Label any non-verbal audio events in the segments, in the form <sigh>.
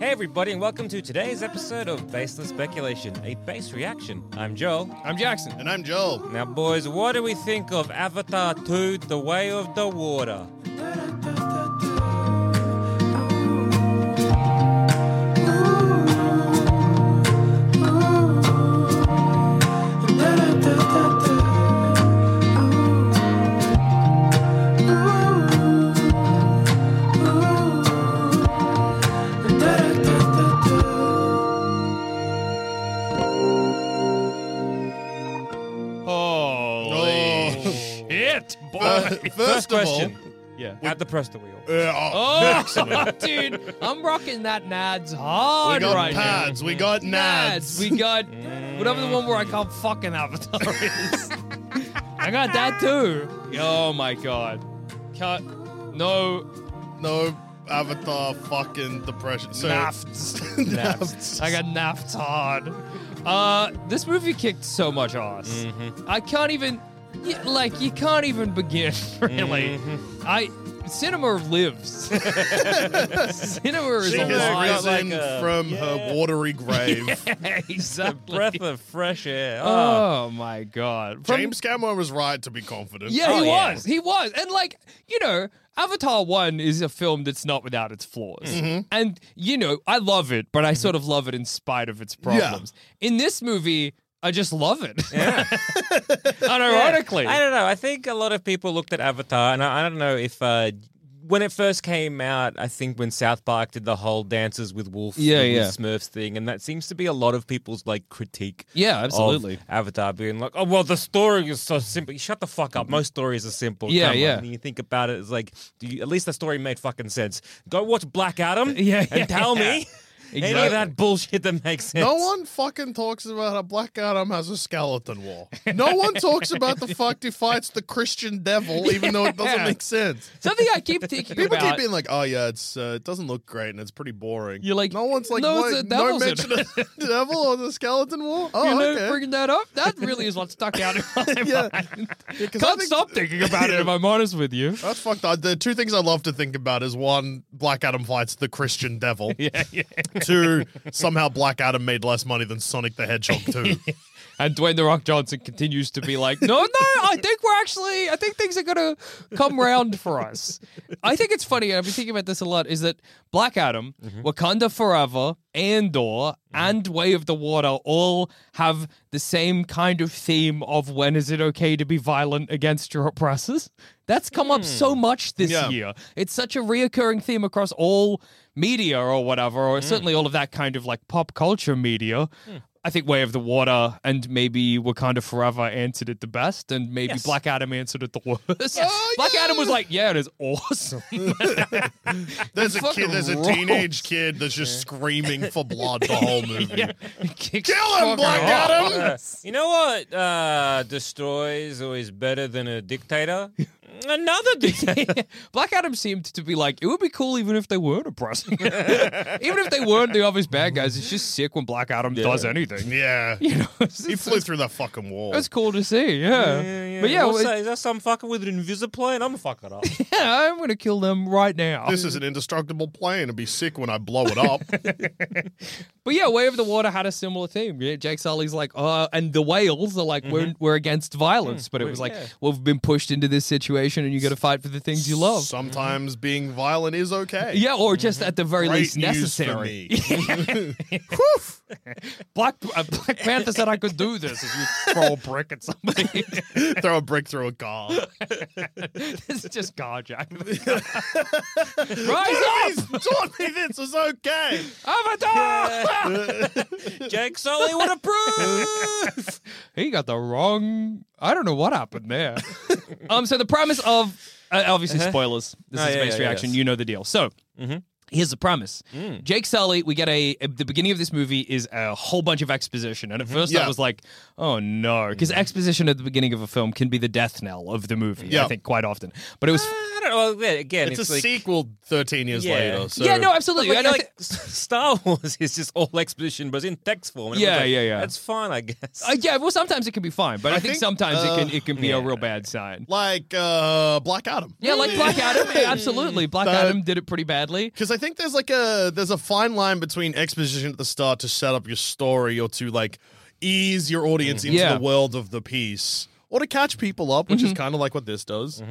everybody, and welcome to today's episode of Baseless Speculation, a base reaction. I'm Joel. I'm Jackson. And I'm Joel. Now, boys, what do we think of Avatar 2 The Way of the Water? Holy Oh. Uh, shit, boy. First of question yeah. at the Presta wheel. all, uh, Oh, <laughs> dude, I'm rocking that Nads we hard got right pads, we got now. nads. Mm. We got whatever the one where I can't fucking avatar is. <laughs> I got that too. Oh my god. Cut. No no avatar fucking depression. So, <laughs> nafts. Nafts. I got napped hard. Uh, this movie kicked so much ass. Mm-hmm. I can't even, y- like, you can't even begin. <laughs> Really, Mm-hmm. I <laughs> cinema lives. cinema is she Cinema alive. has risen like uh, a- from yeah. her <laughs> watery grave. <laughs> exactly. Breath of fresh <laughs> air. Oh. Oh my god, From- James Cameron was right to be confident. Yeah, Oh, he yeah. was. He was. And like, you know, Avatar 1 is a film that's not without its flaws. Mm-hmm. And you know, I love it, but I sort of love it in spite of its problems. In this movie, I just love it. Yeah. <laughs> Unironically. I don't know. I think a lot of people looked at Avatar, and I, I don't know if uh, when it first came out. I think when South Park did the whole Dances with Wolf, Yeah, with yeah. Smurfs thing, and that seems to be a lot of people's like critique. Yeah, of absolutely. Avatar being like, oh well, the story is so simple. You shut the fuck up. Most stories are simple. Yeah, Come on. yeah. And you think about it, it's like, do you, at least the story made fucking sense. Go watch Black Adam. <laughs> Yeah, and yeah, tell <laughs> me any Exactly. of that bullshit that makes sense. <laughs> No one fucking talks about how Black Adam has a skeleton wall. No one talks about the fuck he fights the Christian devil, even though it doesn't <laughs> Yeah. make sense. Something I keep thinking People about. keep being like, "Oh yeah, it's uh, it doesn't look great and it's pretty boring." You're like, no one's like, no, it's "Wait, a no devil's in mention of the <laughs> devil or the skeleton wall." Oh, you know, okay. bringing that up, that really is what stuck out in my <laughs> Yeah. mind. 'cause I Can't think- stop thinking about <laughs> it if I'm honest with you. That's fucked up. The two things I love to think about is one, Black Adam fights the Christian devil. <laughs> Yeah, yeah. Two, somehow Black Adam made less money than Sonic the Hedgehog <laughs> 2. And Dwayne the Rock Johnson continues to be like, no, no, I think we're actually, I think things are gonna come round for us. I think it's funny. and I've been thinking about this a lot. Is that Black Adam, Wakanda Forever, Andor, and Way of the Water all have the same kind of theme of when is it okay to be violent against your oppressors? That's come up so much this Yeah. year. It's such a reoccurring theme across all media or whatever, or certainly all of that kind of like pop culture media. I think Way of the Water and maybe Wakanda Forever answered it the best, and maybe Yes. Black Adam answered it the worst. Oh, Black yeah. Adam was like, "Yeah, it is <laughs> awesome." <laughs> There's a Fucking kid, there's a rules. teenage kid that's just screaming <laughs> for blood the whole movie. Kick Kill him, Black Adam! Uh, you know what uh, destroys or is better than a <laughs> dictator? Another dictator. Black Adam seemed to be like, it would be cool even if they weren't oppressing. <laughs> even if they weren't the obvious bad guys, it's just sick when Black Adam does <laughs> anything. Yeah. You know, it's, He flew through that fucking wall. it's cool to see, yeah. But yeah, What's well, that? is that some fucker with an invisiplane? I'm fucking up. <laughs> yeah, I'm gonna kill them right now. This is an indestructible plane. It'd be sick when I blow it <laughs> up. But yeah, Way of the Water had a similar theme. Yeah, Jake Sully's like, oh, and the whales are like, Mm-hmm. we're, we're against violence. Mm, But it was like, yeah. well, we've been pushed into this situation and you got to fight for the things you love. Sometimes being violent is okay. yeah, or just at the very Mm-hmm. Great least news for necessary. me. <laughs> <laughs> Black, uh, Black Panther said I could do this if you throw a brick at somebody. <laughs> Throw a brick through a car. it's just God, Jack. <laughs> Rise up! He's taught me this was okay. Avatar! Jake Sully would approve. <laughs> he got the wrong. I don't know what happened there. um, so the premise of uh, obviously spoilers. This Oh, is yeah, base yeah, reaction. yes. You know the deal. So. Here's the premise. Jake Sully, we get a, at the beginning of this movie is a whole bunch of exposition. And at first I Yeah. was like, oh no. Because exposition at the beginning of a film can be the death knell of the movie, I Yeah. think, quite often. But it was <laughs> I I don't know. Well, Again, It's, it's, a like, sequel 13 years Yeah. later. So yeah, no, absolutely. Like, And I like, thi- S- Star <laughs> Wars is just all exposition, but in text form. And Yeah, everyone's like, yeah, yeah. That's fine, I guess. uh, yeah, well, sometimes it can be fine, but I, I think, think, sometimes it can uh, it can be a yeah. real bad sign. Like uh, Black Adam. Yeah, like Black Adam, absolutely. Black That- Adam did it pretty badly. Because I think there's like a there's a fine line between exposition at the start to set up your story or to like ease your audience into Yeah. the world of the piece or to catch people up, which is kind of like what this does.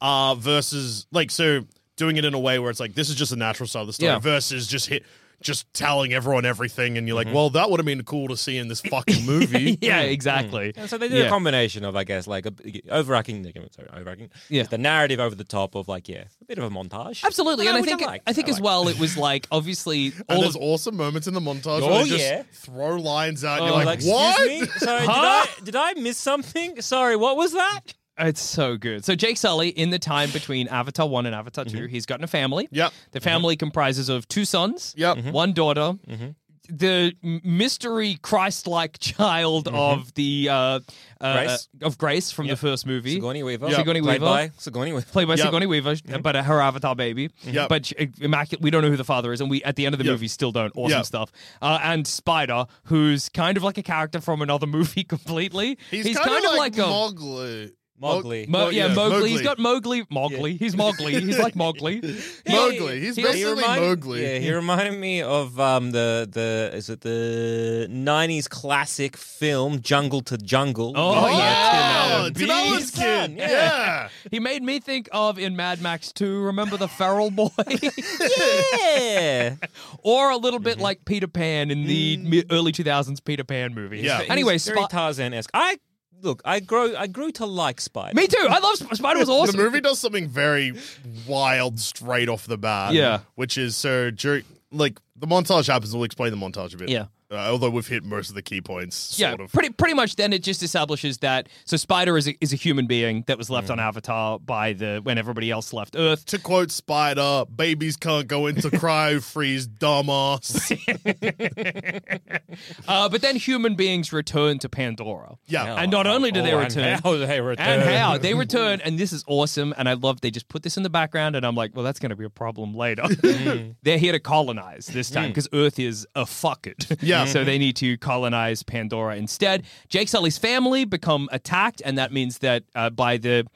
Uh, versus like so doing it in a way where it's like this is just a natural start of the story Yeah. versus just hit just telling everyone everything and you're like, well, that would have been cool to see in this fucking <laughs> movie. <laughs> Yeah, exactly. <laughs> And so they do Yeah. a combination of, I guess, like a, overarching. Sorry, overarching. Yeah. is the narrative over the top of like, yeah, a bit of a montage. Absolutely, and I which think like. I think as like. well it was like obviously And all there's of awesome moments in the montage Oh, where they just yeah. throw lines out. And Oh, you're Like, like, excuse what? me? Sorry, Huh? did, I, did I miss something? Sorry, what was that? it's so good. So Jake Sully, in the time between Avatar One and Avatar 2 he's gotten a family. Yep. The family comprises of two sons, Mm-hmm. Yep. Mhm. one daughter, the m- mystery Christ-like <laughs> child of the uh, uh, Grace. of Grace from the first movie, Sigourney Weaver. Yeah. Sigourney Played Weaver. by Sigourney Weaver. played by Yep. Mm-hmm. Sigourney Weaver, but her Avatar baby. Yep. But she- immaculate. We don't know who the father is, and we at the end of the Yep. movie still don't. Awesome Yep. stuff. Uh, and Spider, who's kind of like a character from another <laughs> movie completely. He's, kind, of like, a. Mowgli. Mowgli. Mo- yeah, yeah, Mowgli. He's Mowgli. got Mowgli. Mowgli. He's Mowgli. He's like Mowgli. <laughs> Mowgli. He's He- basically Mowgli. Yeah, he reminded me of um, the the is it the '90s classic film Jungle to Jungle. Oh, yeah. Oh, Tim Tim Allen Allen's Beast. kid. Yeah. Yeah. He made me think of in Mad Max 2, remember the feral boy? <laughs> yeah. or a little Mm-hmm. bit like Peter Pan in the mi- early 2000s Peter Pan movie. Mm. Yeah. Anyway, He's very Spi- Tarzan-esque. I look, I grew, I grew to like Spider. me too. I love Sp- Spider was awesome. The movie does something very wild straight off the bat. Yeah. Which is so during like the montage happens. We'll explain the montage a bit. Yeah. Uh, although we've hit most of the key points. yeah, Sort of. pretty pretty much. Then it just establishes that so Spider is a, is a human being that was left Mm. on Avatar by the when everybody else left Earth. to quote Spider, babies can't go <laughs> into cryo freeze, dumbass. Uh, but then human beings return to Pandora. Yeah. and not only do they Oh, return, and how they return, and how they return, and this is awesome. And I love they just put this in the background, and I'm like, well, that's going to be a problem later. <laughs> They're here to colonize this time because Earth is a fuck it. Yeah. <laughs> so they need to colonize Pandora instead. Jake Sully's family become attacked, and that means that uh, by the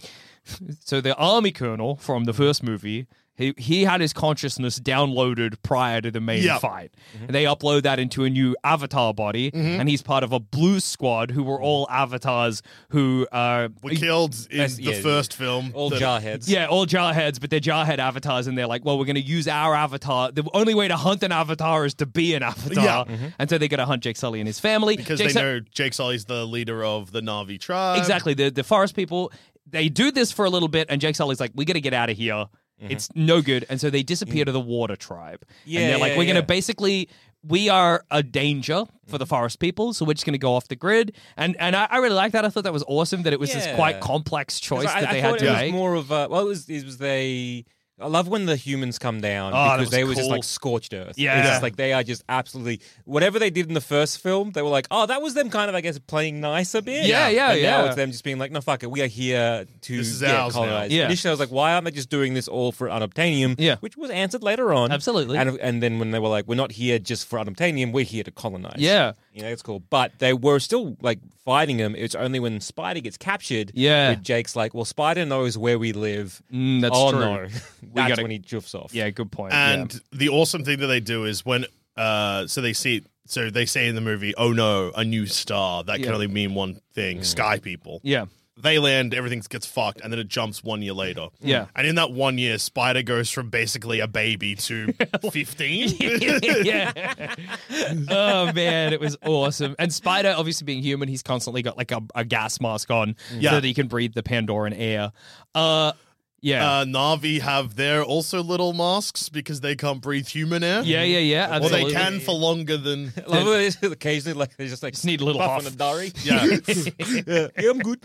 so the army colonel from the first movie. He, he had his consciousness downloaded prior to the main Yep. fight. Mm-hmm. And they upload that into a new avatar body, and he's part of a blue squad who were all avatars who are We killed in That's- the yeah, first film. all the- jarheads. yeah, all jarheads, but they're jarhead avatars, and they're like, well, we're going to use our avatar. The only way to hunt an avatar is to be an avatar, Yeah. and so they're going to hunt Jake Sully and his family Because Jake they Sull- know Jake Sully's the leader of the Navi Um, tribe. exactly the the forest people. They do this for a little bit, and Jake Sully's like, we got to get out of here. Mm-hmm. It's no good, and so they disappear to the water tribe. Mm. Yeah, and they're like, yeah, we're going yeah. Mm. to basically. We are a danger for the forest people, so we're just going to go off the grid. And and I, I really like that. I thought that was awesome. That it was this Yeah. quite complex choice So I, that I they thought had to it was make. more of a well, it was it was they. I love when the humans come down Oh, that because was they were just cool. like scorched earth. Yeah. it's just like they are just absolutely whatever they did in the first film. They were like, oh, that was them kind of I guess playing nice a bit. Yeah, yeah, And Now yeah. it's them just being like, no, fuck it, we are here to This is yeah, ours now. colonize. Yeah. Initially, I was like, why aren't they just doing this all for unobtainium? Yeah. which was answered later on. Absolutely. And and then when they were like, we're not here just for unobtainium, we're here to colonize. Yeah. You know, it's cool. But they were still like fighting him. It's only when Spider gets captured. Yeah. With Jake's like, well, Spider knows where we live. Mm, that's oh, true. no. <laughs> that's gotta- when he juffs off. Yeah, good point. yeah. And the awesome thing that they do is when uh so they see so they say in the movie, "Oh no, a new star." That Yeah. Mm. can only mean one thing: sky people. Yeah. They land, everything gets fucked, and then it jumps one year later. Mm. Yeah. and in that one year, Spider goes from basically a baby <laughs> to fifteen. yeah. oh man, it was awesome. And Spider, obviously being human, he's constantly got like a, a gas mask on Yeah. so that he can breathe the Pandoran air. Uh, yeah, Uh, Navi have their also little masks because they can't breathe human air. yeah, yeah, yeah. Well, Absolutely. they can for longer <laughs> than. I love it. Occasionally, <laughs> like <laughs> they just like Just need a little puff on huff. a <laughs> diary. Yeah. <laughs> yeah, I'm good.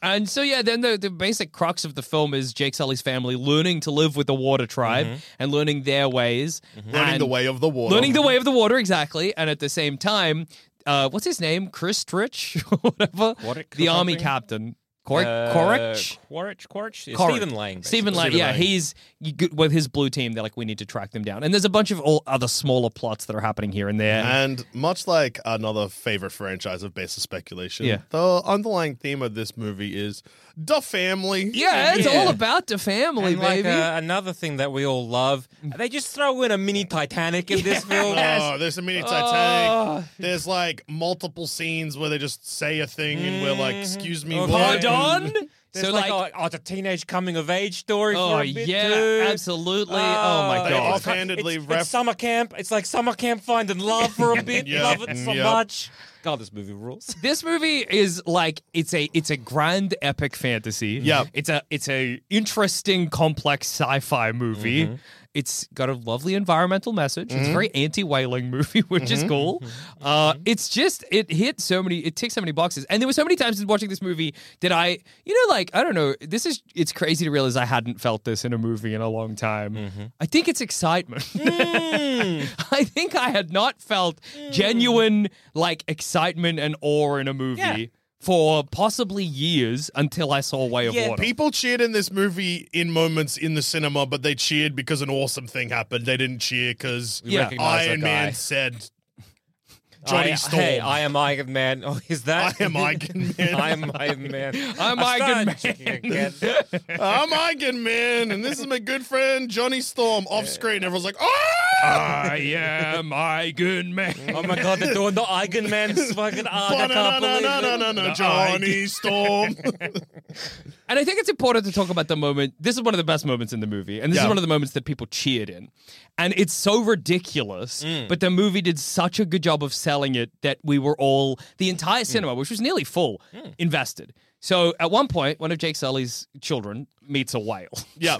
And so yeah, then the, the basic crux of the film is Jake Sully's family learning to live with the Water Tribe and learning their ways, Mm-hmm. Learning and- the way of the water. learning the way of the water exactly and at the same time uh, what's his name chris trich or <laughs> whatever Quarick or the army something? captain Cork, Uh, Korich? Quaritch, Quaritch, Yeah, Corrich. Stephen Lang. Stephen Lang, basically. yeah, he's you, g- with his blue team. They're like, we need to track them down. And there's a bunch of all other smaller plots that are happening here and there. And much like another favorite franchise of basis speculation, Yeah. the underlying theme of this movie is the family. yeah, it's Yeah. all about the family, And like baby. uh, another thing that we all love, Mm. they just throw in a mini Titanic in <laughs> this film. Oh, there's a mini Ah. Titanic. There's like multiple scenes where they just say a thing and we're like, "Excuse me, Oh, what?" Pardon? There's So like, like, oh, it's a teenage coming of age story. oh for a bit yeah, too. Uh, absolutely. oh my they God. all kind- Offhandedly it's, ref- it's summer camp. It's like summer camp finding love for <laughs> a bit. Yeah. Love it so Yeah. much. God, this movie rules. this movie is like it's a it's a grand epic fantasy. Yeah. It's a it's a interesting complex sci-fi movie. It's got a lovely environmental message. It's a very anti-whaling movie, <laughs> which is cool. Uh, it's just it hit so many it ticked so many boxes. And there were so many times in watching this movie that I you know like I don't know this is it's crazy to realize I hadn't felt this in a movie in a long time. I think it's excitement. Hmm, <laughs> I think I had not felt genuine like excitement and awe in a movie Yeah. for possibly years until I saw Way of Yeah, Water. People cheered in this movie in moments in the cinema, but they cheered because an awesome thing happened. They didn't cheer because We Yeah. recognize that Iron guy. Man said, "Johnny I, Storm." Hey, I am Iron Man. Oh, is <laughs> I that? <laughs> am Iron Man. I am Iron Man. <laughs> I'm I Iron started checking Man. again. I'm Iron Man, and this is my good friend Johnny Storm. Off screen, everyone's like, "Oh, I am my good <laughs> man. Oh my god, they're doing the Iron <laughs> Man's fucking art. I can't believe it. Ba-na-na-na-na-na-na, Johnny Storm." <laughs> And I think it's important to talk about the moment. This is one of the best moments in the movie, and this Yeah. is one of the moments that people cheered in. And it's so ridiculous, but the movie did such a good job of selling it that we were all the entire cinema, which was nearly full, invested. So at one point, one of Jake Sully's children meets a whale. yeah,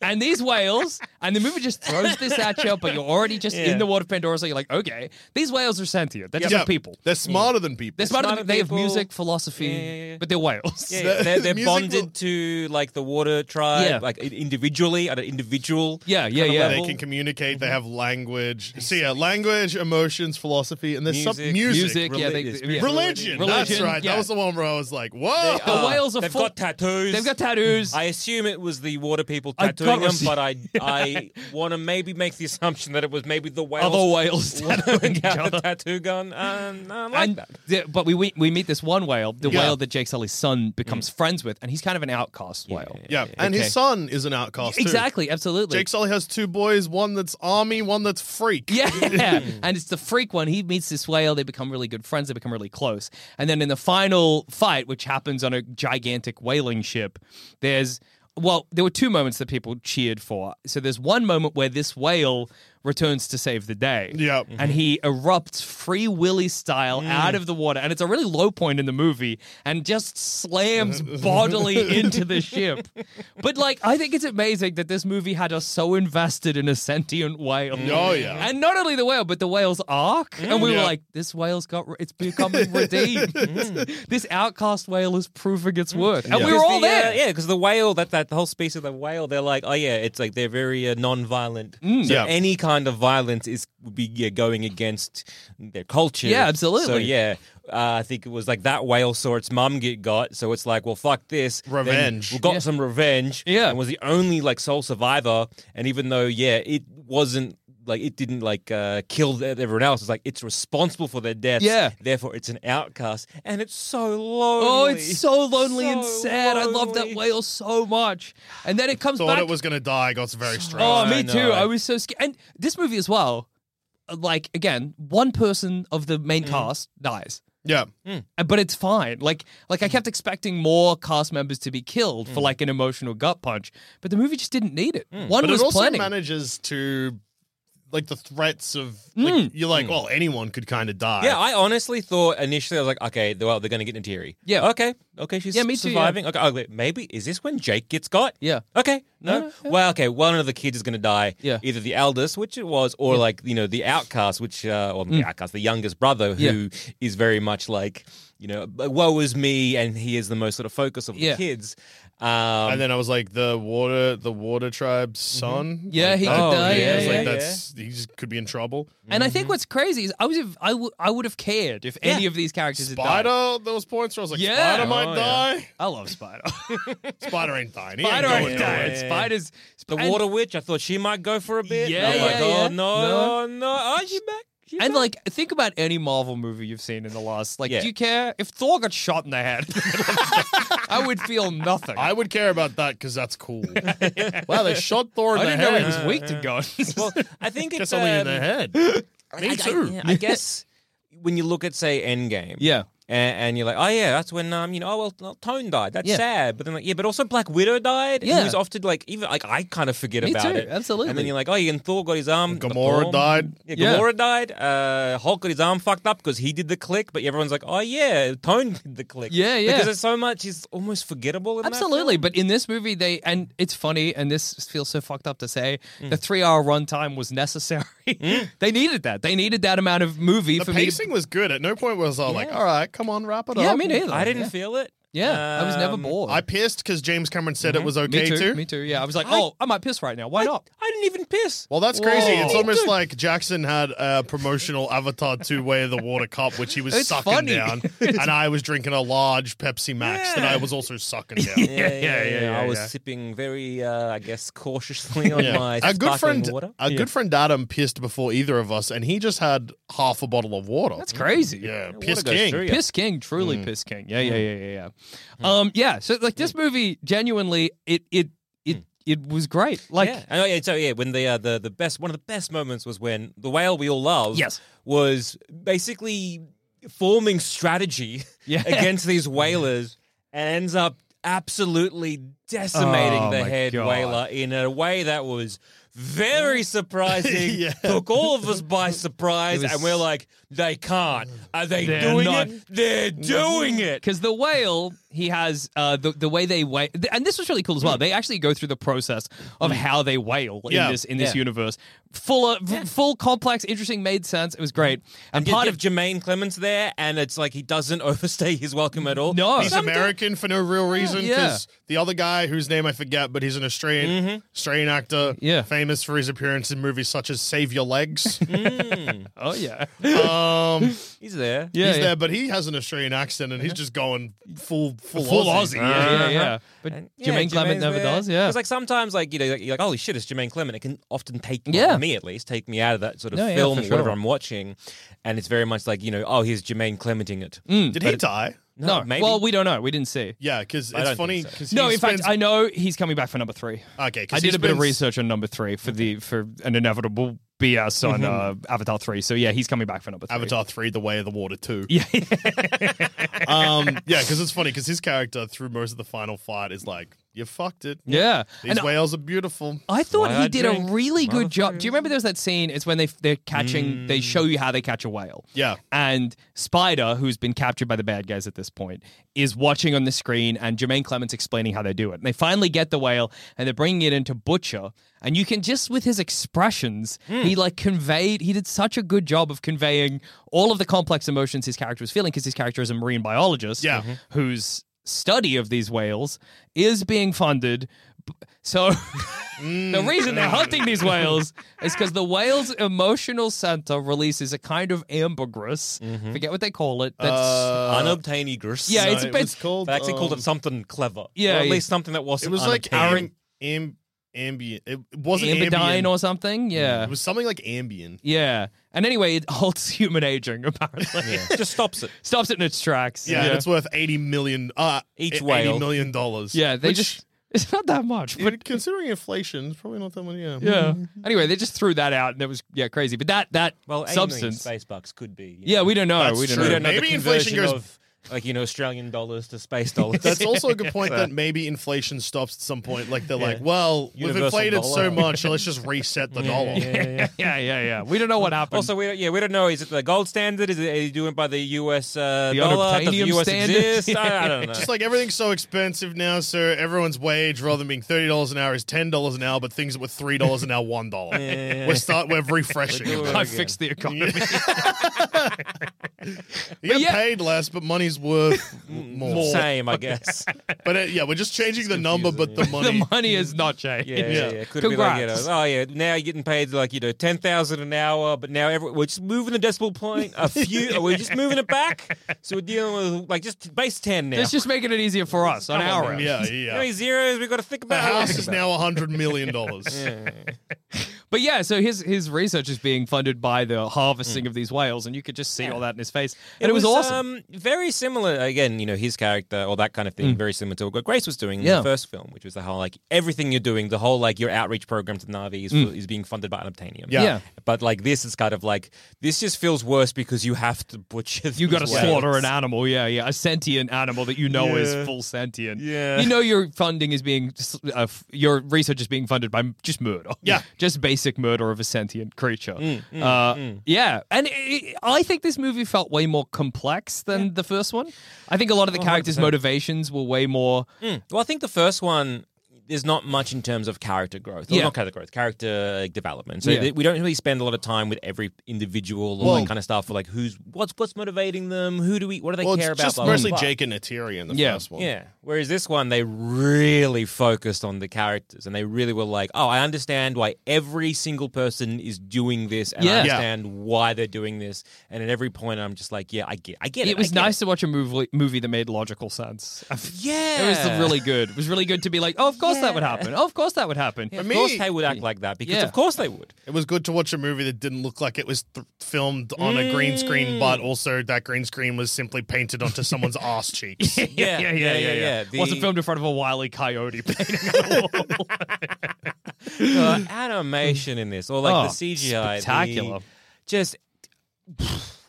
and these whales, and the movie just throws this at you, but you're already just Yeah. in the world of Pandora, so you're like, okay, these whales are sentient. They're just yeah. like people. They're smarter than people. They're smarter, Smarter than, they have people. music, philosophy, Yeah, yeah, yeah. but they're whales. Yeah, yeah, they're, they're Music will- bonded to like the water tribe, Yeah. like i- individually at an individual. Yeah, yeah, kind of yeah. they level. can communicate. Mm-hmm. They have language. See, yeah, language, emotions, philosophy, and there's some Music. music, Music, yeah, they- Religious. yeah. religion. That's Religion, right. yeah. That was the one where I was like, "Whoa!" The Uh, whales are They've full- got tattoos. They've got tattoos. I assume it was the water people I can't tattooing them, receive- but <laughs> I I want to maybe make the assumption that it was maybe the whales. other <laughs> whales tattooing each got the other. tattoo gun. Um, I like And that. the- but we, we we meet this one whale, the Yeah. whale that Jake Sully's son becomes Mm. friends with, and he's kind of an outcast whale. yeah, and Okay. his son is an outcast. too. Exactly, absolutely. Jake Sully has two boys. One that's army. One that's freak. Mm. Yeah, and it's the freak one. He meets this whale. They become really good friends. They become really close. And then in the final fight, which happens on a gigantic whaling ship, there's well, there were two moments that people cheered for. So there's one moment where this whale returns to save the day. Yeah. And he erupts free willy style Mm. out of the water. And it's a really low point in the movie and just slams <laughs> bodily into the ship. But like I think it's amazing that this movie had us so invested in a sentient whale. Oh, yeah. And not only the whale, but the whale's arc. and we Yeah. were like, this whale's got, it's becoming redeemed. this outcast whale is proving its worth. And Yeah. we were Because all the, uh, there. yeah, because the whale, that, that whole species of the whale, they're like, oh yeah, it's like they're very uh, non-violent. Mm. So Yeah. any kind of violence is would be yeah, going against their culture. Yeah, absolutely. So yeah, uh, I think it was like that whale saw its mum get got, so it's like, well, fuck this, Then Revenge. We got Yeah. some revenge. Yeah. and was the only like sole survivor. And even though yeah, it wasn't. Like it didn't like uh, kill th- everyone else. It's like it's responsible for their deaths. Yeah. Therefore, it's an outcast, and it's so lonely. Oh, it's so lonely and So sad. I love that lonely. whale so much. And then it comes Thought back. it was gonna die. Got very stressed. oh, I me know. too. I was so scared. And this movie as well, like, again, one person of the main cast dies. yeah. Uh, but it's fine. Like like I kept expecting more cast members to be killed for like an emotional gut punch, but the movie just didn't need it. One but was it also plenty. manages to like the threats of like Mm. you're Mm. like well anyone could kind of die Yeah, I honestly thought initially I was like, okay, well they're gonna get Natiri. Yeah. Okay. Okay, she's Yeah, me too, yeah. surviving. Okay, oh, wait, maybe is this when Jake gets got? Yeah. Okay. No. No, Well, okay, one of the kids is gonna die. Yeah. Either the eldest, which it was, or Mm. like you know the outcast, which uh, or the outcast, the youngest brother, who is very much like. you know, b- woe is me, and he is the most sort of focus of Yeah. the kids. Um, and then I was like, the water, the water tribe's son. Mm-hmm. Yeah, Like, he that- could oh, die. yeah, Yeah, I was yeah, like, yeah. Mm. that's he just could be in trouble. And I Mm-hmm. think what's crazy is I was I would I would have cared if any Yeah. of these characters had died. Spider, those points where I was like, Yeah. Spider might Oh, yeah. die. I love Spider. Spider ain't dying. He Spider ain't ain't die. going nowhere. dying. Spiders. the and- water witch, I thought she might go for a bit. Yeah, I'm like, yeah, oh, yeah. No, no, Oh, she's back. She's And back. like, think about any Marvel movie you've seen in the last. Like, Yeah. do you care if Thor got shot in the head? <laughs> I would feel nothing. I would care about that because that's <laughs> cool. wow, they shot Thor in I the didn't know head. <laughs> he was weak to guns. well, I think it's Guess only in um, the head. <laughs> Me I, I- too. yeah, I, guess <laughs> when you look at say Endgame, yeah. and, and you're like, oh yeah, that's when um, you know, oh well, Tone died. That's Yeah. sad. But then like, yeah, but also Black Widow died. and Yeah. he was often like even like I kind of forget Me about too, it. absolutely. And then you're like, oh, yeah, and Thor got his arm. the Gamora bomb. died. Yeah, Yeah. Gamora died. Uh, Hulk got his arm fucked up because he did the click. But everyone's like, oh yeah, Tone did the click. Yeah, yeah. Because there's so much is almost forgettable. In that Absolutely, film. but in this movie, they and it's funny, and this feels so fucked up to say. Mm. The three-hour runtime was necessary. <laughs> they needed that. They needed that amount of movie The for pacing me. was good. At no point was I like, Yeah. all right, come on, wrap it To, yeah, up. me neither. I didn't Yeah, feel it. yeah I was never Um, bored. I pissed because James Cameron said it was Mm-hmm. me okay too, too. Me too. Yeah, I was like, I- oh, I might piss right now. Why not? I didn't even piss. Well, that's crazy. Whoa. It's Me almost too. like Jackson had a promotional Avatar 2 Way of the Water cup, which he was <laughs> It's sucking funny. down. And I was drinking a large Pepsi Max that I was also sucking down. <laughs> Yeah, yeah, yeah. I yeah, was yeah. sipping very, uh, I guess, cautiously on Yeah. my a good sparkling friend, water. a good friend Adam pissed before either of us, and he just had half a bottle of water. That's crazy. yeah, Mm. Water piss goes king. through you. Piss King, truly Piss King. Yeah, yeah, yeah, yeah, yeah. Um, yeah. So like this movie, genuinely, it it it it was great. Like, yeah. And, oh, yeah, so yeah, when the uh, the the best one of the best moments was when the whale we all love Yes. was basically forming strategy Yeah. <laughs> against these whalers and ends up absolutely decimating Oh, the my head God. whaler in a way that was very surprising Yeah. took all of us by surprise It was- and we're like they can't are they They're doing not- it they're doing it Because the whale, he has uh, the the way they weigh, th- and this was really cool as well. They actually go through the process of how they whale Hmm. Yeah. in this in this Yeah. universe. Full of, full complex, interesting, made sense. It was great. Hmm. And part part of of Jermaine Clements there, and it's like he doesn't <laughs> overstay his welcome at all. no, He's American for no real reason Yeah. because the other guy whose name I forget, but he's an Australian Australian actor, Mm-hmm. Yeah. famous for his appearance in movies such as Save Your <laughs> Legs. oh yeah, um, he's there. <laughs> he's yeah, yeah. Uh-huh. there, but he has an Australian accent and he's just going full full, full Aussie. Aussie. Yeah, yeah, Uh-huh. yeah. But Jermaine Clement never does. Yeah, because like sometimes, like you know, like, you're like, holy shit, it's Jermaine Clement. It can often take well, Yeah. me at least take me out of that sort of No, yeah, film, for or whatever sure. I'm watching, and it's very much like you know, oh, here's Jermaine Clementing it. Mm. Did he die? no, maybe. well, we don't know. We didn't see. Yeah, because don't it's think funny so. because No, in fact, I know he's coming back for number three. okay, Uh, 'cause I he did a bit of spends- research on number three for the for an inevitable BS on uh, Avatar three. So yeah, he's coming back for number three. Avatar three, The Way of the Water two. <laughs> Yeah, <laughs> um, yeah, because it's funny because his character through most of the final fight is like, "You fucked it." yeah. These And Oh, whales are beautiful. I thought Why I he did a drink, really good job. Do you remember there's that scene? It's when they they're catching. Mm. They show you how they catch a whale. Yeah. And Spider, who's been captured by the bad guys at this point, is watching on the screen, and Jermaine Clements explaining how they do it. And they finally get the whale, and they're bringing it into Butcher, and you can just with his expressions, Hmm. he like conveyed. He did such a good job of conveying all of the complex emotions his character was feeling because his character is a marine biologist. Yeah. Whose study of these whales is being funded. b- So. <laughs> The Mm. <laughs> reason they're hunting these whales is because the whale's emotional center releases a kind of ambergris. Forget what they call it. That's Mm-hmm. Uh, Unobtainigurus. yeah, no, it's a it bit- was called. they actually called um, it something clever. yeah, or at yeah. least something that It wasn't. was like unobtainic. Aaron, <laughs> am, ambient. It wasn't amberdyne ambient. Mm. or something. Yeah, It was something like ambient. yeah. And anyway, it halts human aging. <laughs> Apparently, just stops it. stops it in its tracks. Yeah, and it's worth eighty million. Uh, Each e- whale. eighty million dollars. Yeah, They just it's not that much, but <laughs> But considering inflation, it's probably not that much. Yeah. yeah. Anyway, they just threw that out, and it was yeah crazy. But that that Well, substance substance. space bucks could be. you Yeah, know. we don't know. That's we don't true. we know. don't know Maybe the inflation conversion goes- of like you know Australian dollars to <laughs> space dollars. <laughs> That's also a <laughs> good point that maybe inflation stops at some point. Like they're like, well, we've Universal inflated so dollar. much, so let's just reset <laughs> the dollar. yeah, yeah, yeah. We don't know <laughs> what happened. Also, we don't, yeah, we don't know. Is it the gold standard? Is it, are you doing it by the U.S. Uh, The dollar? Does the unobtainium U.S. standard? exist? I, I don't know. Just like everything's so expensive now, so everyone's wage rather than being thirty dollars an hour is ten dollars an hour, but things that were three dollars an hour <laughs> one dollar. We're start we're <laughs> refreshing. We're doing <laughs> I again. fixed the economy. You get yeah. paid less, but money's is worth <laughs> m- more. Same, I guess. But uh, yeah, we're just changing the number, but the money. The money is not changed. Yeah, yeah. Yeah. yeah. Could be like, you know, Congrats. oh yeah, now you're getting paid like you know ten thousand an hour, but now every, we're just moving the decimal point a few. we're just moving it back, so we're dealing with like just base ten now. It's just making it easier for us on Come on, our man. end. yeah, How many yeah. zeros we got to think The about? house Think is about now a hundred million dollars. But yeah, so his his research is being funded by the Mm. harvesting of these whales, and you could just see all that in his face, and it, was, awesome. Um, very similar, again, you know, his character, all that kind of thing, very similar to what Grace was doing in Hmm. Yeah. the first film, which was the whole like everything you're doing, the whole like your outreach program to the Navi is, is being funded by Unobtainium. Yeah. Hmm. Yeah. But like this is kind of like, this just feels worse because you have to butcher you got to these whales. slaughter an animal, yeah, yeah, a sentient animal that you know Yeah. is full sentient. Yeah. you know your funding is being, uh, f- your research is being funded by m- just murder. Yeah. <laughs> just basic murder of a sentient creature. Mm, uh, Yeah, and i I think this movie felt way more complex than the first one. I think a lot of the Oh, characters' motivations were way more. Mm. Well, I think the first one. There's not much in terms of character growth. Or Yeah. Not character growth, character development. So Yeah. th- we don't really spend a lot of time with every individual or that kind of stuff. Or like who's what's what's motivating them? Who do we? What do they Well, care it's about? just blah, blah, mostly blah. Jake and Natiri in the Yeah. first one. Yeah. Whereas this one, they really focused on the characters and they really were like, oh, I understand why every single person is doing this and I Yeah. Yeah. understand why they're doing this. And at every point, I'm just like, yeah, I get, I get it. It was I get nice to watch a movie movie that made logical sense. Yeah. It was really good. It was really good to be like, oh, of course that would happen. Oh, of course that would happen. Of me- course they would act like that because Yeah. of course they <laughs> would. It was good to watch a movie that didn't look like it was th- filmed on a green Mm. screen, but also that green screen was simply painted <laughs> onto someone's ass cheeks. Yeah, The- Wasn't filmed in front of a wily coyote. <laughs> painting. the animation in this or like Oh, the CGI. the- spectacular. just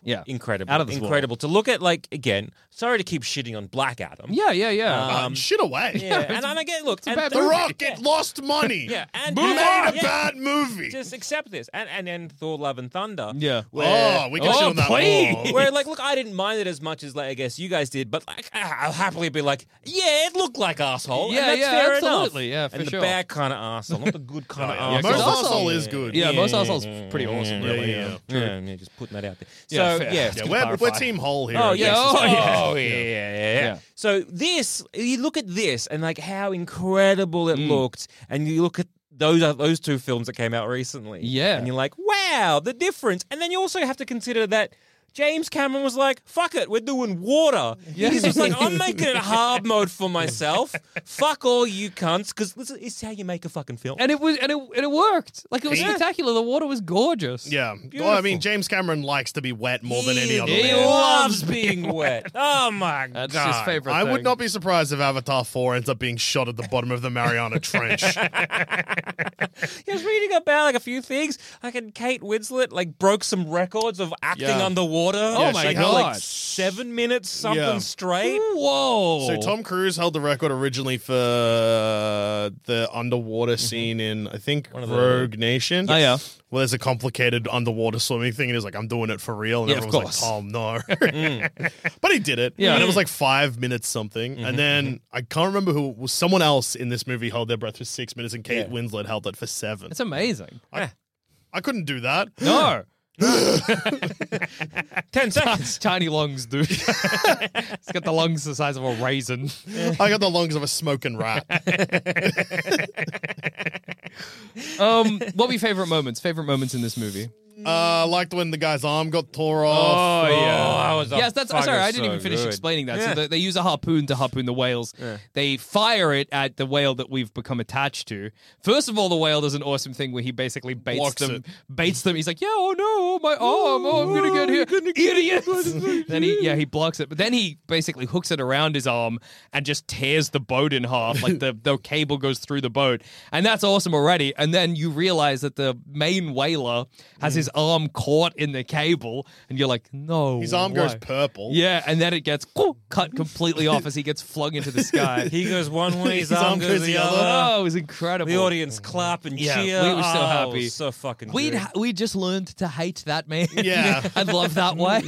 yeah. incredible. Out of this world. incredible. To look at like, again, sorry to keep shitting on Black Adam. Yeah, <laughs> yeah, yeah. Um, shit away. Yeah. and, and again, look, and bad the <laughs> The movie. Rock, it lost money. Yeah, and- Move and- on, a yeah. bad movie. just accept this. And and then Thor: Love and Thunder. Yeah. oh, we can Oh, show them that please. more. <laughs> Where like, look, I didn't mind it as much as like I guess you guys did, but like, I- I'll happily be like, yeah, it looked like asshole. Yeah, and that's yeah, fair absolutely, yeah, enough. for and sure. the bad kind of asshole, not the <laughs> good kind of yeah, asshole. most arsehole is good. yeah, most yeah, assholes yeah, pretty awesome, yeah, really. yeah. Yeah, yeah, just putting that out there. Yeah, So fair. yeah, Yeah, to we're, we're clarify. team whole here. Oh I yeah, guess. Oh, oh, yeah. yeah. yeah, yeah, yeah. Yeah. So this, you look at this and like how incredible it looked, and you look at those those two films that came out recently. Yeah. and you're like, wow, the difference. And then you also have to consider that. James Cameron was like, "Fuck it, we're doing water." Yeah. He just was like, <laughs> "I'm making it hard mode for myself. Fuck all you cunts, because this is how you make a fucking film." And it was and it and it worked. Like it was Yeah. spectacular. The water was gorgeous. Yeah. Beautiful. Well, I mean, James Cameron likes to be wet more than any other he man. loves <laughs> being wet. Oh my That's god, his favorite I thing. would not be surprised if Avatar 4 ends up being shot at the bottom of the <laughs> Mariana Oh Trench. I was reading about like a few things. Like, and Kate Winslet like broke some records of acting Yeah. underwater. Oh Yeah, my she God. held, like seven minutes something Yeah. straight. Whoa. So Tom Cruise held the record originally for uh, the Mm-hmm. underwater scene in I think of the- Rogue Nation. Oh, yeah. Well, there's a complicated underwater swimming thing, and he's like, "I'm doing it for real," and Yeah, of everyone's like, course. "Tom, no," <laughs> <laughs> but he did it. Yeah. Mm-hmm. and it was like five minutes something, and then I can't remember who was someone else in this movie held their breath for six minutes, and Kate Winslet held it for seven. It's amazing. I couldn't do that. <gasps> No. Ten seconds. Tiny lungs, dude. <laughs> it's got the lungs the size of a raisin. I got the lungs of a smoking <laughs> rat. Um, what were your favorite moments? Favorite moments in this movie? uh, I liked when the guy's arm got tore Oh, off. I Oh, was a yes, that's fucker sorry. I didn't so even finish good. explaining that. Yeah. So they, they use a harpoon to harpoon the whales. They fire it at the whale that we've become attached to. First of all, the whale does an awesome thing where he basically baits Blocks them. it. Baits them. He's like, "Yeah, oh no, my arm! Oh, I'm gonna get here, <laughs> idiots!" then he, yeah, he blocks it. But then he basically hooks it around his arm and just tears the boat in half. Like the the cable goes through the boat, and that's awesome already. And then you realize that the main whaler has his arm caught in the cable, and you're like, "No." His arm goes way." purple. Yeah, and then it gets cut completely off as he gets flung into <laughs> the sky. He goes one <laughs> way, his, arm goes the other. oh, it was incredible. The audience clap and Yeah, cheer. we were so Oh, happy. it was So fucking. We'd good. ha- we just learned to hate that man. <laughs> Yeah. and love that <laughs> way.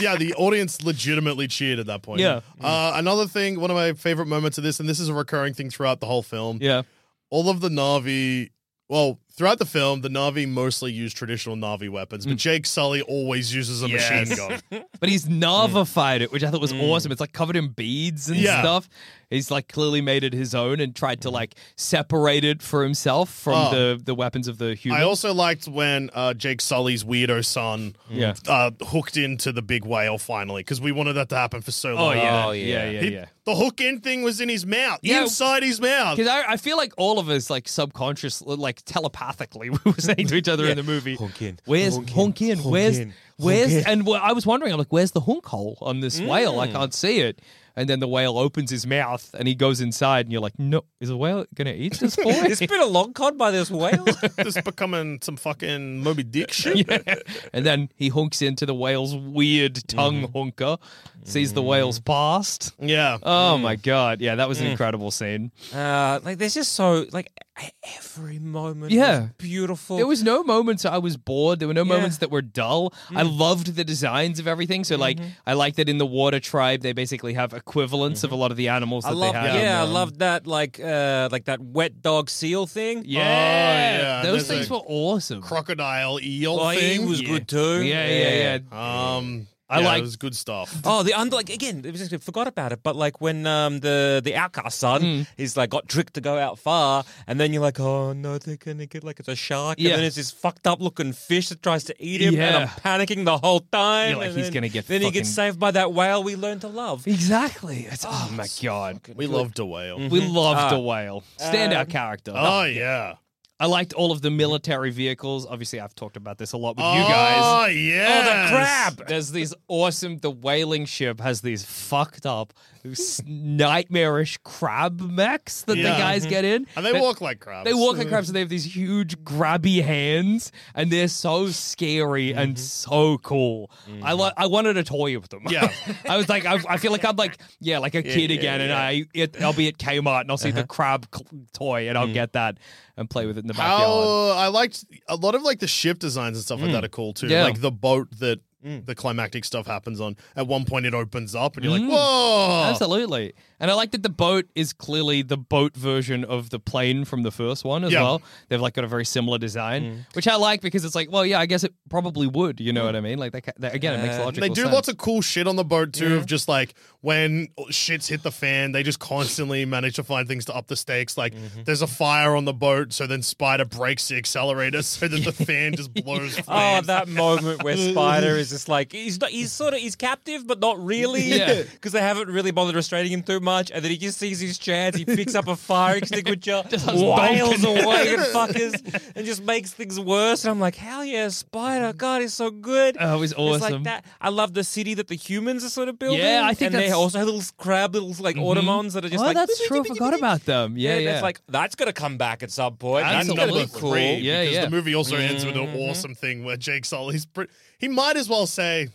yeah, the audience legitimately cheered at that point. Yeah. Uh, another thing, one of my favorite moments of this, and this is a recurring thing throughout the whole film. yeah. All of the Navi, well, Throughout the film, the Navi mostly use traditional Navi weapons, Hmm. but Jake Sully always uses a machine Yes. <laughs> gun. But he's navified it, which I thought was awesome. It's like covered in beads and Mm. Yeah. stuff. He's like clearly made it his own and tried to like separate it for himself from Oh. the, the weapons of the human. I also liked when uh, Jake Sully's weirdo son Yeah. uh, hooked into the big whale finally, because we wanted that to happen for so oh, long. yeah. Oh, yeah, yeah. yeah, He- yeah. The hook in thing was in his mouth, Yeah. inside his mouth. Because I, I feel like all of us, like subconscious, like telepathically, <laughs> we were saying to each other in the movie, Honkin. "Where's Honkin? Where's where's?" And wh- I was wondering, I'm like, "Where's the honk hole on this whale? I can't see it." And then the whale opens his mouth and he goes inside, and you're like, "No, is the whale gonna eat <laughs> this boy?" It's been a long con by this <laughs> whale. This is becoming some fucking Moby Dick shit. and then he honks into the whale's weird tongue honker, sees the whale's past. Yeah. Oh my god! Yeah, that was an incredible scene. uh, like there's just so like e- every moment. Yeah. was beautiful. There was no moments I was bored. There were no Yeah. moments that were dull. I loved the designs of everything. So like, I like that in the water tribe they basically have equivalents of a lot of the animals that I love they have. yeah, I love that like uh like that wet dog seal thing. yeah. yeah, Those there's things a were awesome. Crocodile eel Oh, he thing. was good too. yeah, yeah, yeah. Um, I I yeah, like- it was <laughs> good stuff. Oh, the under like again, it was just, I forgot about it. But like when um the the outcast son Hmm. is like got tricked to go out far, and then you're like, oh no, they're gonna get like it's a shark, Yeah. and then it's this fucked up looking fish that tries to eat him, and Yeah. I'm panicking the whole time. You're like, and he's then- gonna get Then he fucking- gets saved by that whale we learned to love. Exactly. It's, oh, my god. We loved a whale. We loved Ah. a whale. Standout character. Oh yeah. I liked all of the military vehicles. Obviously, I've talked about this a lot with Oh, you guys. yes. There's these awesome. The whaling ship has these fucked up, s- nightmarish crab mechs that the Yeah. Mm-hmm. guys get in. And they that- walk Mm-hmm. like crabs. They walk like crabs, and they have these huge grabby hands, and they're so scary Mm-hmm. and so cool. I lo- I wanted a toy of them. Yeah. <laughs> I was like, I, I feel like I'm like, yeah, like a kid yeah, again, and yeah. I it, I'll be at Kmart and I'll see Uh-huh. the crab cl- toy, and I'll get that and play with it in the backyard. Mm. How uh, I liked a lot of like the ship designs and stuff like that are cool too. Yeah. Like the boat that the climactic stuff happens on. At one point, it opens up and you're like, "Whoa!" Absolutely. And I like that the boat is clearly the boat version of the plane from the first one as Yeah. well. They've like got a very similar design, which I like because it's like, well, yeah, I guess it probably would. You know what I mean? Like that, ca- that again, it makes Yeah. logical They do sense. lots of cool shit on the boat too. Of just like when shits hit the fan, they just constantly manage to find things to up the stakes. Like there's a fire on the boat, so then Spider breaks the accelerator <laughs> so that the fan just blows. Oh, flames. that moment <laughs> where Spider is just like he's not, he's sort of he's captive, but not really, Yeah. <laughs> because they haven't really bothered restraining him too much. And then he just sees his chance, he picks up a fire <laughs> extinguisher, starts wails bonking it. away at fuckers, and just makes things worse. And I'm like, hell yeah, Spider! God, he's so good. Oh, he's It's awesome. like that. I love the city that the humans are sort of building. I think and they that's- also have little crab, little like automons that are just oh, like. that's true. I forgot about them. Yeah, yeah. It's like that's gonna come back at some point. And That's Absolutely. gonna number be three, cool. Yeah, because yeah. the movie also ends with an awesome thing where Jake Sully's pre- he might as well say,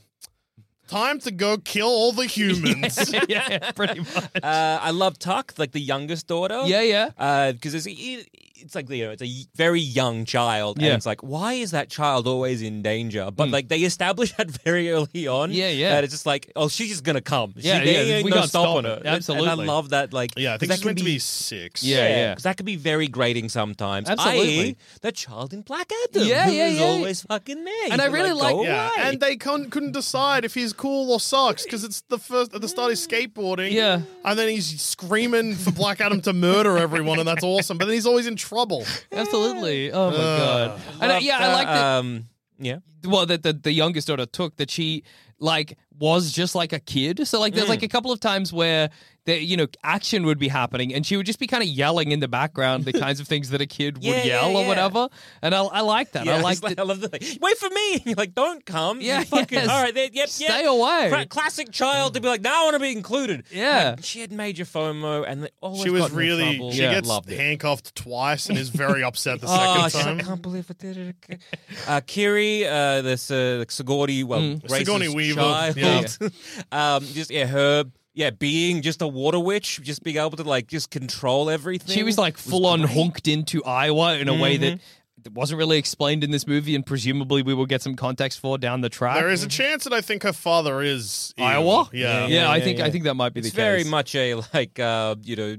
"Time to go kill all the humans." yeah, pretty much. Uh, I love Tuck, like the youngest daughter. Yeah, yeah. because Uh, it's e, it's like you know it's a y- very young child Yeah. Hmm. and it's like why is that child always in danger but like they establish <laughs> that very early on Yeah, yeah. that it's just like oh she's just gonna come She- Yeah, they yeah, ain't we no can't stop stopping it. her And- and Absolutely. I love that like yeah, I 'cause think that it's can meant to be- be six. Yeah, yeah. because that could be very grating sometimes Absolutely. i.e. the child in Black Adam Yeah, who yeah, is yeah. always fucking there You And I can, really like- go Yeah, away. and they con- couldn't decide if he's cool or sucks because it's the first at the start he's skateboarding. Yeah. and then he's screaming for Black Adam to murder everyone, and that's awesome. But then he's always in trouble. Absolutely. Oh my god. And, uh, Love yeah, I like that. um yeah well that the, the youngest daughter took that she like was just like a kid so like there's Mm. like a couple of times where the you know action would be happening and she would just be kind of yelling in the background <laughs> the kinds of things that a kid would Yeah, yeah, yell or yeah. whatever and i, I like that Yeah, i <laughs> like it's like, that I love the like, wait for me. <laughs> And you're like, don't come. Yeah, Yeah, fucking, yes. all right, then, yep, Stay yep. away. Cla- classic child to be like, no, I want to be included. Yeah. Like, she had major FOMO, and they always She was got in really trouble. she Yeah. gets Loved it. handcuffed twice and is very upset the <laughs> Oh, second she's like, I time. can't believe I did it again. Uh, Kiri, uh, this uh, Sigourney, well, Mm. racist Sigourney Weaver, child. yeah. <laughs> um, just yeah, her, yeah, being just a water witch, just being able to like just control everything. she was like full on honked into iowa in a way that Mm-hmm. wasn't really explained in this movie and presumably we will get some context for down the track There is a chance that I think her father is evil. iowa Yeah. yeah, i yeah, think yeah. i think that might be It's the very case much a like uh, you know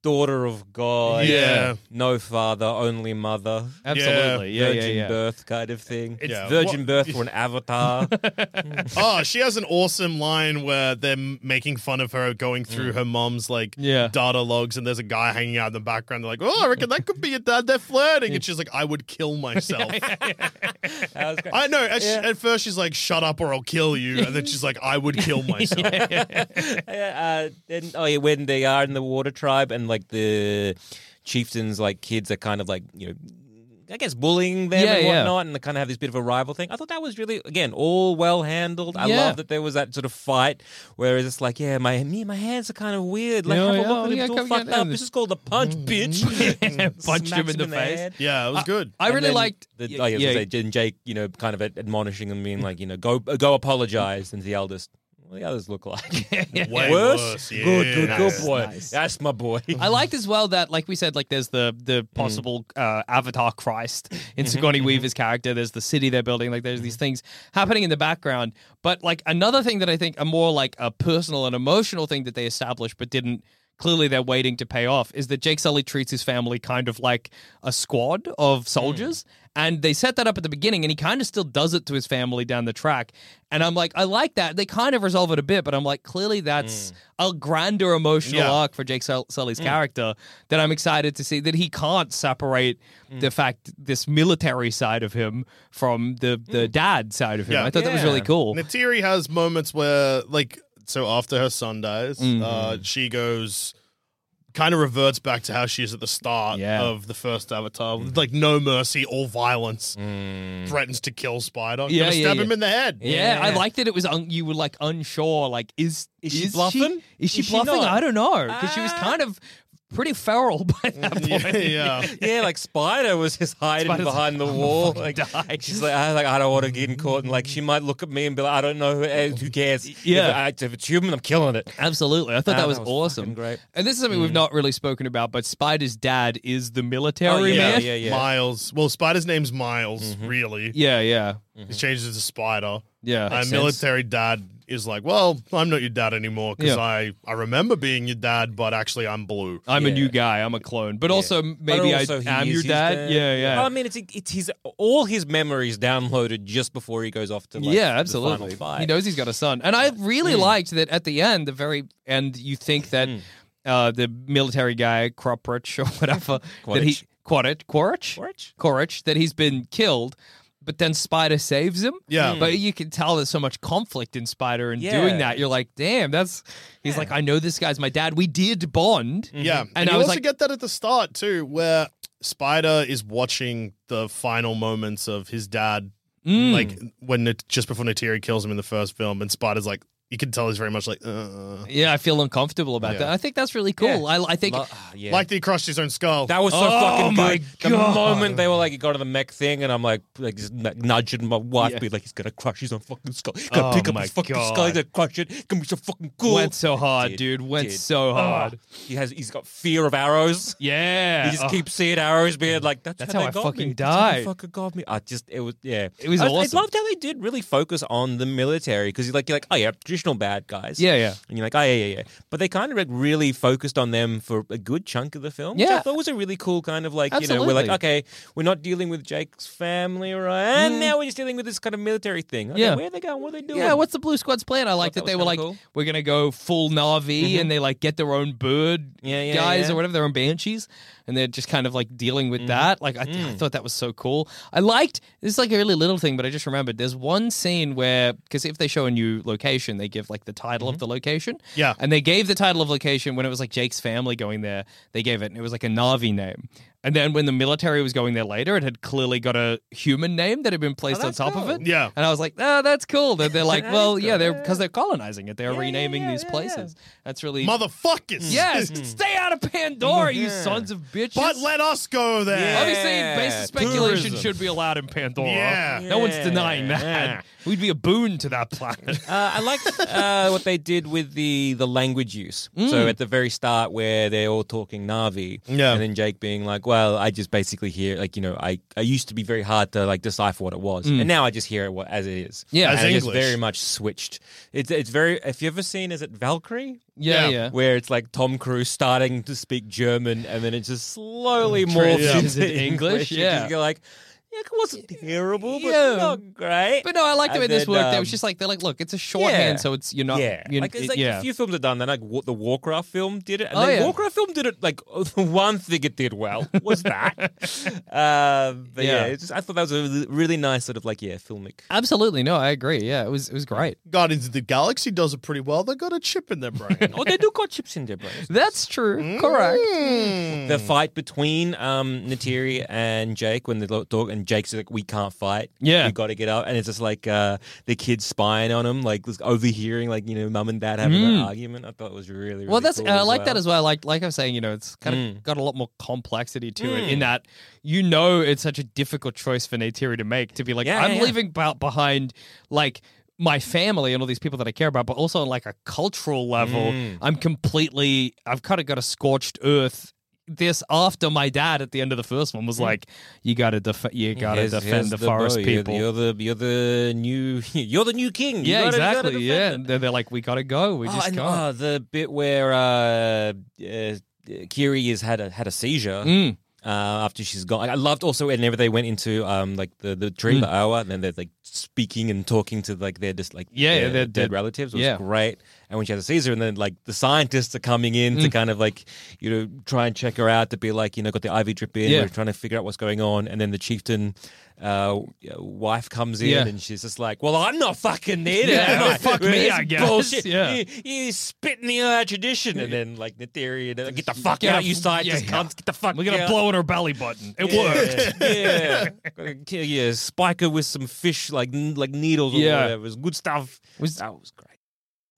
daughter of God. Yeah. No father, only mother. Absolutely. Yeah, yeah, virgin yeah. birth kind of thing. It's Yeah. virgin What- birth for an <laughs> avatar. oh, she has an awesome line where they're m- making fun of her going Mm. through her mom's like Yeah. data logs, and there's a guy hanging out in the background. They're like, "Oh, I reckon that could be your dad." They're flirting, and she's like, "I would kill <laughs> myself." That was great. I know. At, sh- at first, she's like, "Shut up, or I'll kill you," and then she's like, "I would <laughs> kill myself." Yeah, uh, and, oh yeah, when they are in the water tribe and like the chieftains, like kids are kind of like you know, I guess bullying them Yeah, and yeah. whatnot, and they kind of have this bit of a rival thing. I thought that was really again all well handled. I Yeah. love that there was that sort of fight where it's just like, yeah, my me, my hands are kind of weird. Like, Yeah, have yeah, a look at yeah, him, it's all come get fucked up. in. This is called the <laughs> punch, bitch. Punched him Smacks in the face. head. Yeah, it was good. I And really then liked. the, yeah, oh, yeah, I was yeah, Mm. gonna say, and Jake, you know, kind of admonishing them, being like, you know, go go apologize, and the eldest. What do the others look <laughs> like? Way worse. worse. Good, good, Yeah. good boy. Nice. That's my <laughs> boy. <laughs> I liked as well that, like we said, like there's the the possible uh, Avatar Christ in Sigourney Weaver's character. There's the city they're building. Like there's these things happening in the background. But like another thing that I think a more like a personal and emotional thing that they established, but didn't. Clearly, they're waiting to pay off. Is that Jake Sully treats his family kind of like a squad of soldiers, and they set that up at the beginning, and he kind of still does it to his family down the track. And I'm like, I like that. They kind of resolve it a bit, but I'm like, clearly that's a grander emotional Yeah. arc arc for Jake Sul- Mm. Sully's character that I'm excited to see that he can't separate Mm. the fact this military side of him from the the dad side of him. Yeah. I thought that was really Mm. Yeah. cool. Natiri has moments where, like, so after her son dies, Mm-hmm. uh, she goes, kind of reverts back to how she is at the start Yeah. Mm. of the first Avatar, with, like no mercy, all violence, threatens to kill Spider, Yeah, gonna yeah, stab yeah. him in the head. Yeah, I liked that it was un- you were like unsure, like is Is she bluffing? is she Is she bluffing? not? I don't know because she was Ah. Mm, kind of pretty feral <laughs> by that point. <laughs> yeah, <laughs> yeah. <laughs> Yeah, like Spider was just hiding Spider's behind <laughs> the wall. Like, <laughs> she's like, I, like, I don't want to get in caught. And like, she might look at me and be like, I don't know, who, eh, who cares? Yeah. If, I, if it's human, I'm killing it. Absolutely, I thought Ah, that was, that was awesome. fucking Mm. great. And this is something we've not really spoken about, but Spider's dad is the military Oh, yeah, man. yeah. Miles. Well, Spider's name's Miles, really. yeah, Mm-hmm. yeah, He changes it to Spider. yeah. My Makes sense. military dad is like, well, I'm not your dad anymore because Yeah. I, I remember being your dad, but actually I'm blue. I'm a Yeah. new guy. I'm a clone, but also But maybe also he I am is your his dad. Yeah, yeah. I mean, it's it's his all his memories downloaded just before he goes off to like, yeah, The final absolutely. fight. He knows he's got a son, and I really Mm. liked that at the end, the very end. You think that uh, the military guy Kroprich or whatever that he Quaritch Quaritch Quaritch? Quaritch that he's been killed, but then Spider saves him. Yeah. but you can tell there's so much conflict in Spider in Yeah. doing that. You're like, damn, that's. He's like, I know this guy's my dad. We did bond. Yeah, and, and, I you was also like, get that at the start too, where Spider is watching the final moments of his dad, mm, like when Nat- just before Natiri kills him in the first film, and Spider's like, you can tell he's very much like, uh, yeah, I feel uncomfortable about Yeah. that. I think that's really cool. Yeah. I, I think Lo- ah, yeah. like that he crushed his own skull. That was so Oh fucking my good. The God. moment they were like, "You go to the mech thing," and I'm like, like just n- nudging my wife, Yeah. be like, "He's gonna crush his own fucking skull. He's gonna Oh pick up my his fucking God. skull. He's gonna crush it. It's gonna be so fucking cool." Went so hard, Did, dude. Went did. so hard. He has. He's got fear of arrows. Yeah. <laughs> He just Oh. keeps seeing arrows, being like, "That's, That's how, how they I got fucking me. That's how they died." fucking got me. I just. It was. Yeah. It was I, awesome. I loved how they did really focus on the military because you're like, you're like, oh yeah, traditional bad guys. Yeah, yeah. And you're like, oh yeah, yeah, yeah. But they kind of like really focused on them for a good chunk of the film. Which Yeah. I thought was a really cool kind of like, you know, we're like, Absolutely. Mm. okay, we're not dealing with Jake's family, right? And now we're just dealing with this kind of military thing. Okay, Yeah. Where are they going? What are they doing? Yeah, what's the Blue Squad's plan? I like that that, they was were like, kinda cool. Mm-hmm. we're gonna go full Navi, and they like get their own bird Yeah, yeah, guys yeah. Mm. or whatever, their own banshees, and they're just kind of like dealing with that. Like, I, I thought that was so cool. I liked this is like a really little thing, but I just remembered there's one scene where because if they show a new location, they give like the title Mm-hmm. of the location. Yeah. and they gave the title of location when it was like Jake's family going there. They gave it, and it was like a Navi name. And then when the military was going there later, it had clearly got a human name that had been placed on Oh, that's top of cool. it. yeah, And I was like, oh, that's cool. That they're like, That well, is yeah, cool. they're because they're colonizing it. They're yeah, renaming yeah, these yeah, yeah. places. That's really motherfuckers. <laughs> Yes, stay out of Pandora, you Yeah. sons of <laughs> bitches. but let us go there. Yeah. Obviously, Yeah, basis speculation tourism. should be allowed in Pandora. Yeah. No one's denying that. Yeah. We'd be a boon to <laughs> that planet. Uh, I liked uh, what they did with the Mm. the language use. So at the very start, where they're all talking Navi, Yeah. and then Jake being like, "Well, while, I just basically hear like you know I, I used to be very hard to like decipher what it was, and now I just hear it what, as it is. Mm. Yeah. And As I just English. very much switched. It's it's very. If you ever seen, is it Valkyrie? Yeah, Yeah. yeah. Where it's like Tom Cruise starting to speak German, and then it just slowly Mm, morphs Transitions into into English, English. and yeah. just You're like, yeah, it wasn't terrible, but Yeah. not great. But no, I liked them And in this then, work. they um, was just like they're like, look, it's a yeah. shorthand, so it's you're not. yeah, You're, like it's it- like yeah. a few films have done that. Like what the Warcraft film did it, and Oh, the yeah. Warcraft film did it. Like <laughs> the one thing it did well was <laughs> that. um, but Yeah. yeah, it's just, I thought that was a really- really nice sort of like yeah, filmic. Absolutely, no, I agree. Yeah, it was it was great. Guardians of the Galaxy does it pretty well. They got a chip in their <laughs> brain. Oh, they do got chips in their brains. That's true. Correct. Hmm. Mm. <laughs> The fight between um, Natiri and Jake when the lo- dog and Jake's like, "We can't fight. Yeah. we got to get up." And it's just like uh, the kids spying on him, like just overhearing, like you know, mum and dad having Mm. an argument. I thought it was really, really well, that's cool and I as like well. Mm. that as well. Like like I was saying, you know, it's kind of got a lot more complexity to it in that you know it's such a difficult choice for Neytiri to make to be like Yeah, I'm yeah, yeah. leaving b- behind like my family and all these people that I care about, but also on like a cultural level, Mm. I'm completely I've kind of got a scorched earth. This after my dad at the end of the first one Mm. was like, you gotta def- you gotta Here's- defend here's the, forest boy. You're the- people. You're the you're the new <laughs> you're the new king. You yeah, gotta- you gotta exactly. defend Yeah, it. they're, they're like, we gotta go. We Oh, just and, can't. oh, the bit where uh, uh, Kiri has had a had a seizure. Mm. Uh, after she's gone, I loved also whenever they went into um like the the Hmm. dream hour, and then they're like speaking and talking to like they're just like Yeah, yeah, their they're dead, dead. relatives was Yeah. great. And when she has a seizure, and then like the scientists are coming in Hmm. to kind of like you know try and check her out to be like you know got the IV drip in, Yeah. we're trying to figure out what's going on, and then the chieftain uh wife comes in Yeah. and she's just like, well, I'm not fucking there. <laughs> Yeah, am I? fuck me, This I guess. Bullshit. Yeah. You, you spitting the uh, tradition, and then like the theory, and they're like, get the fuck Get out, up- you scientist yeah, yeah. cunts, get the fuck. We're gonna out. blow in her belly button. It worked. <laughs> Yeah, <laughs> yeah. Kill- yeah, spike her with some fish, like n- like needles or Yeah. whatever. It was good stuff. Was- that was great.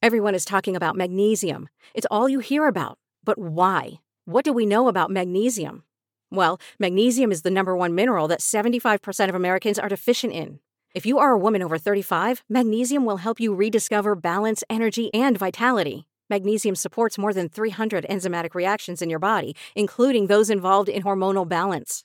Everyone is talking about magnesium. It's all you hear about. But why? What do we know about magnesium? Well, magnesium is the number one mineral that 75% of Americans are deficient in. If you are a woman over 35, magnesium will help you rediscover balance, energy, and vitality. Magnesium supports more than 300 enzymatic reactions in your body, including those involved in hormonal balance.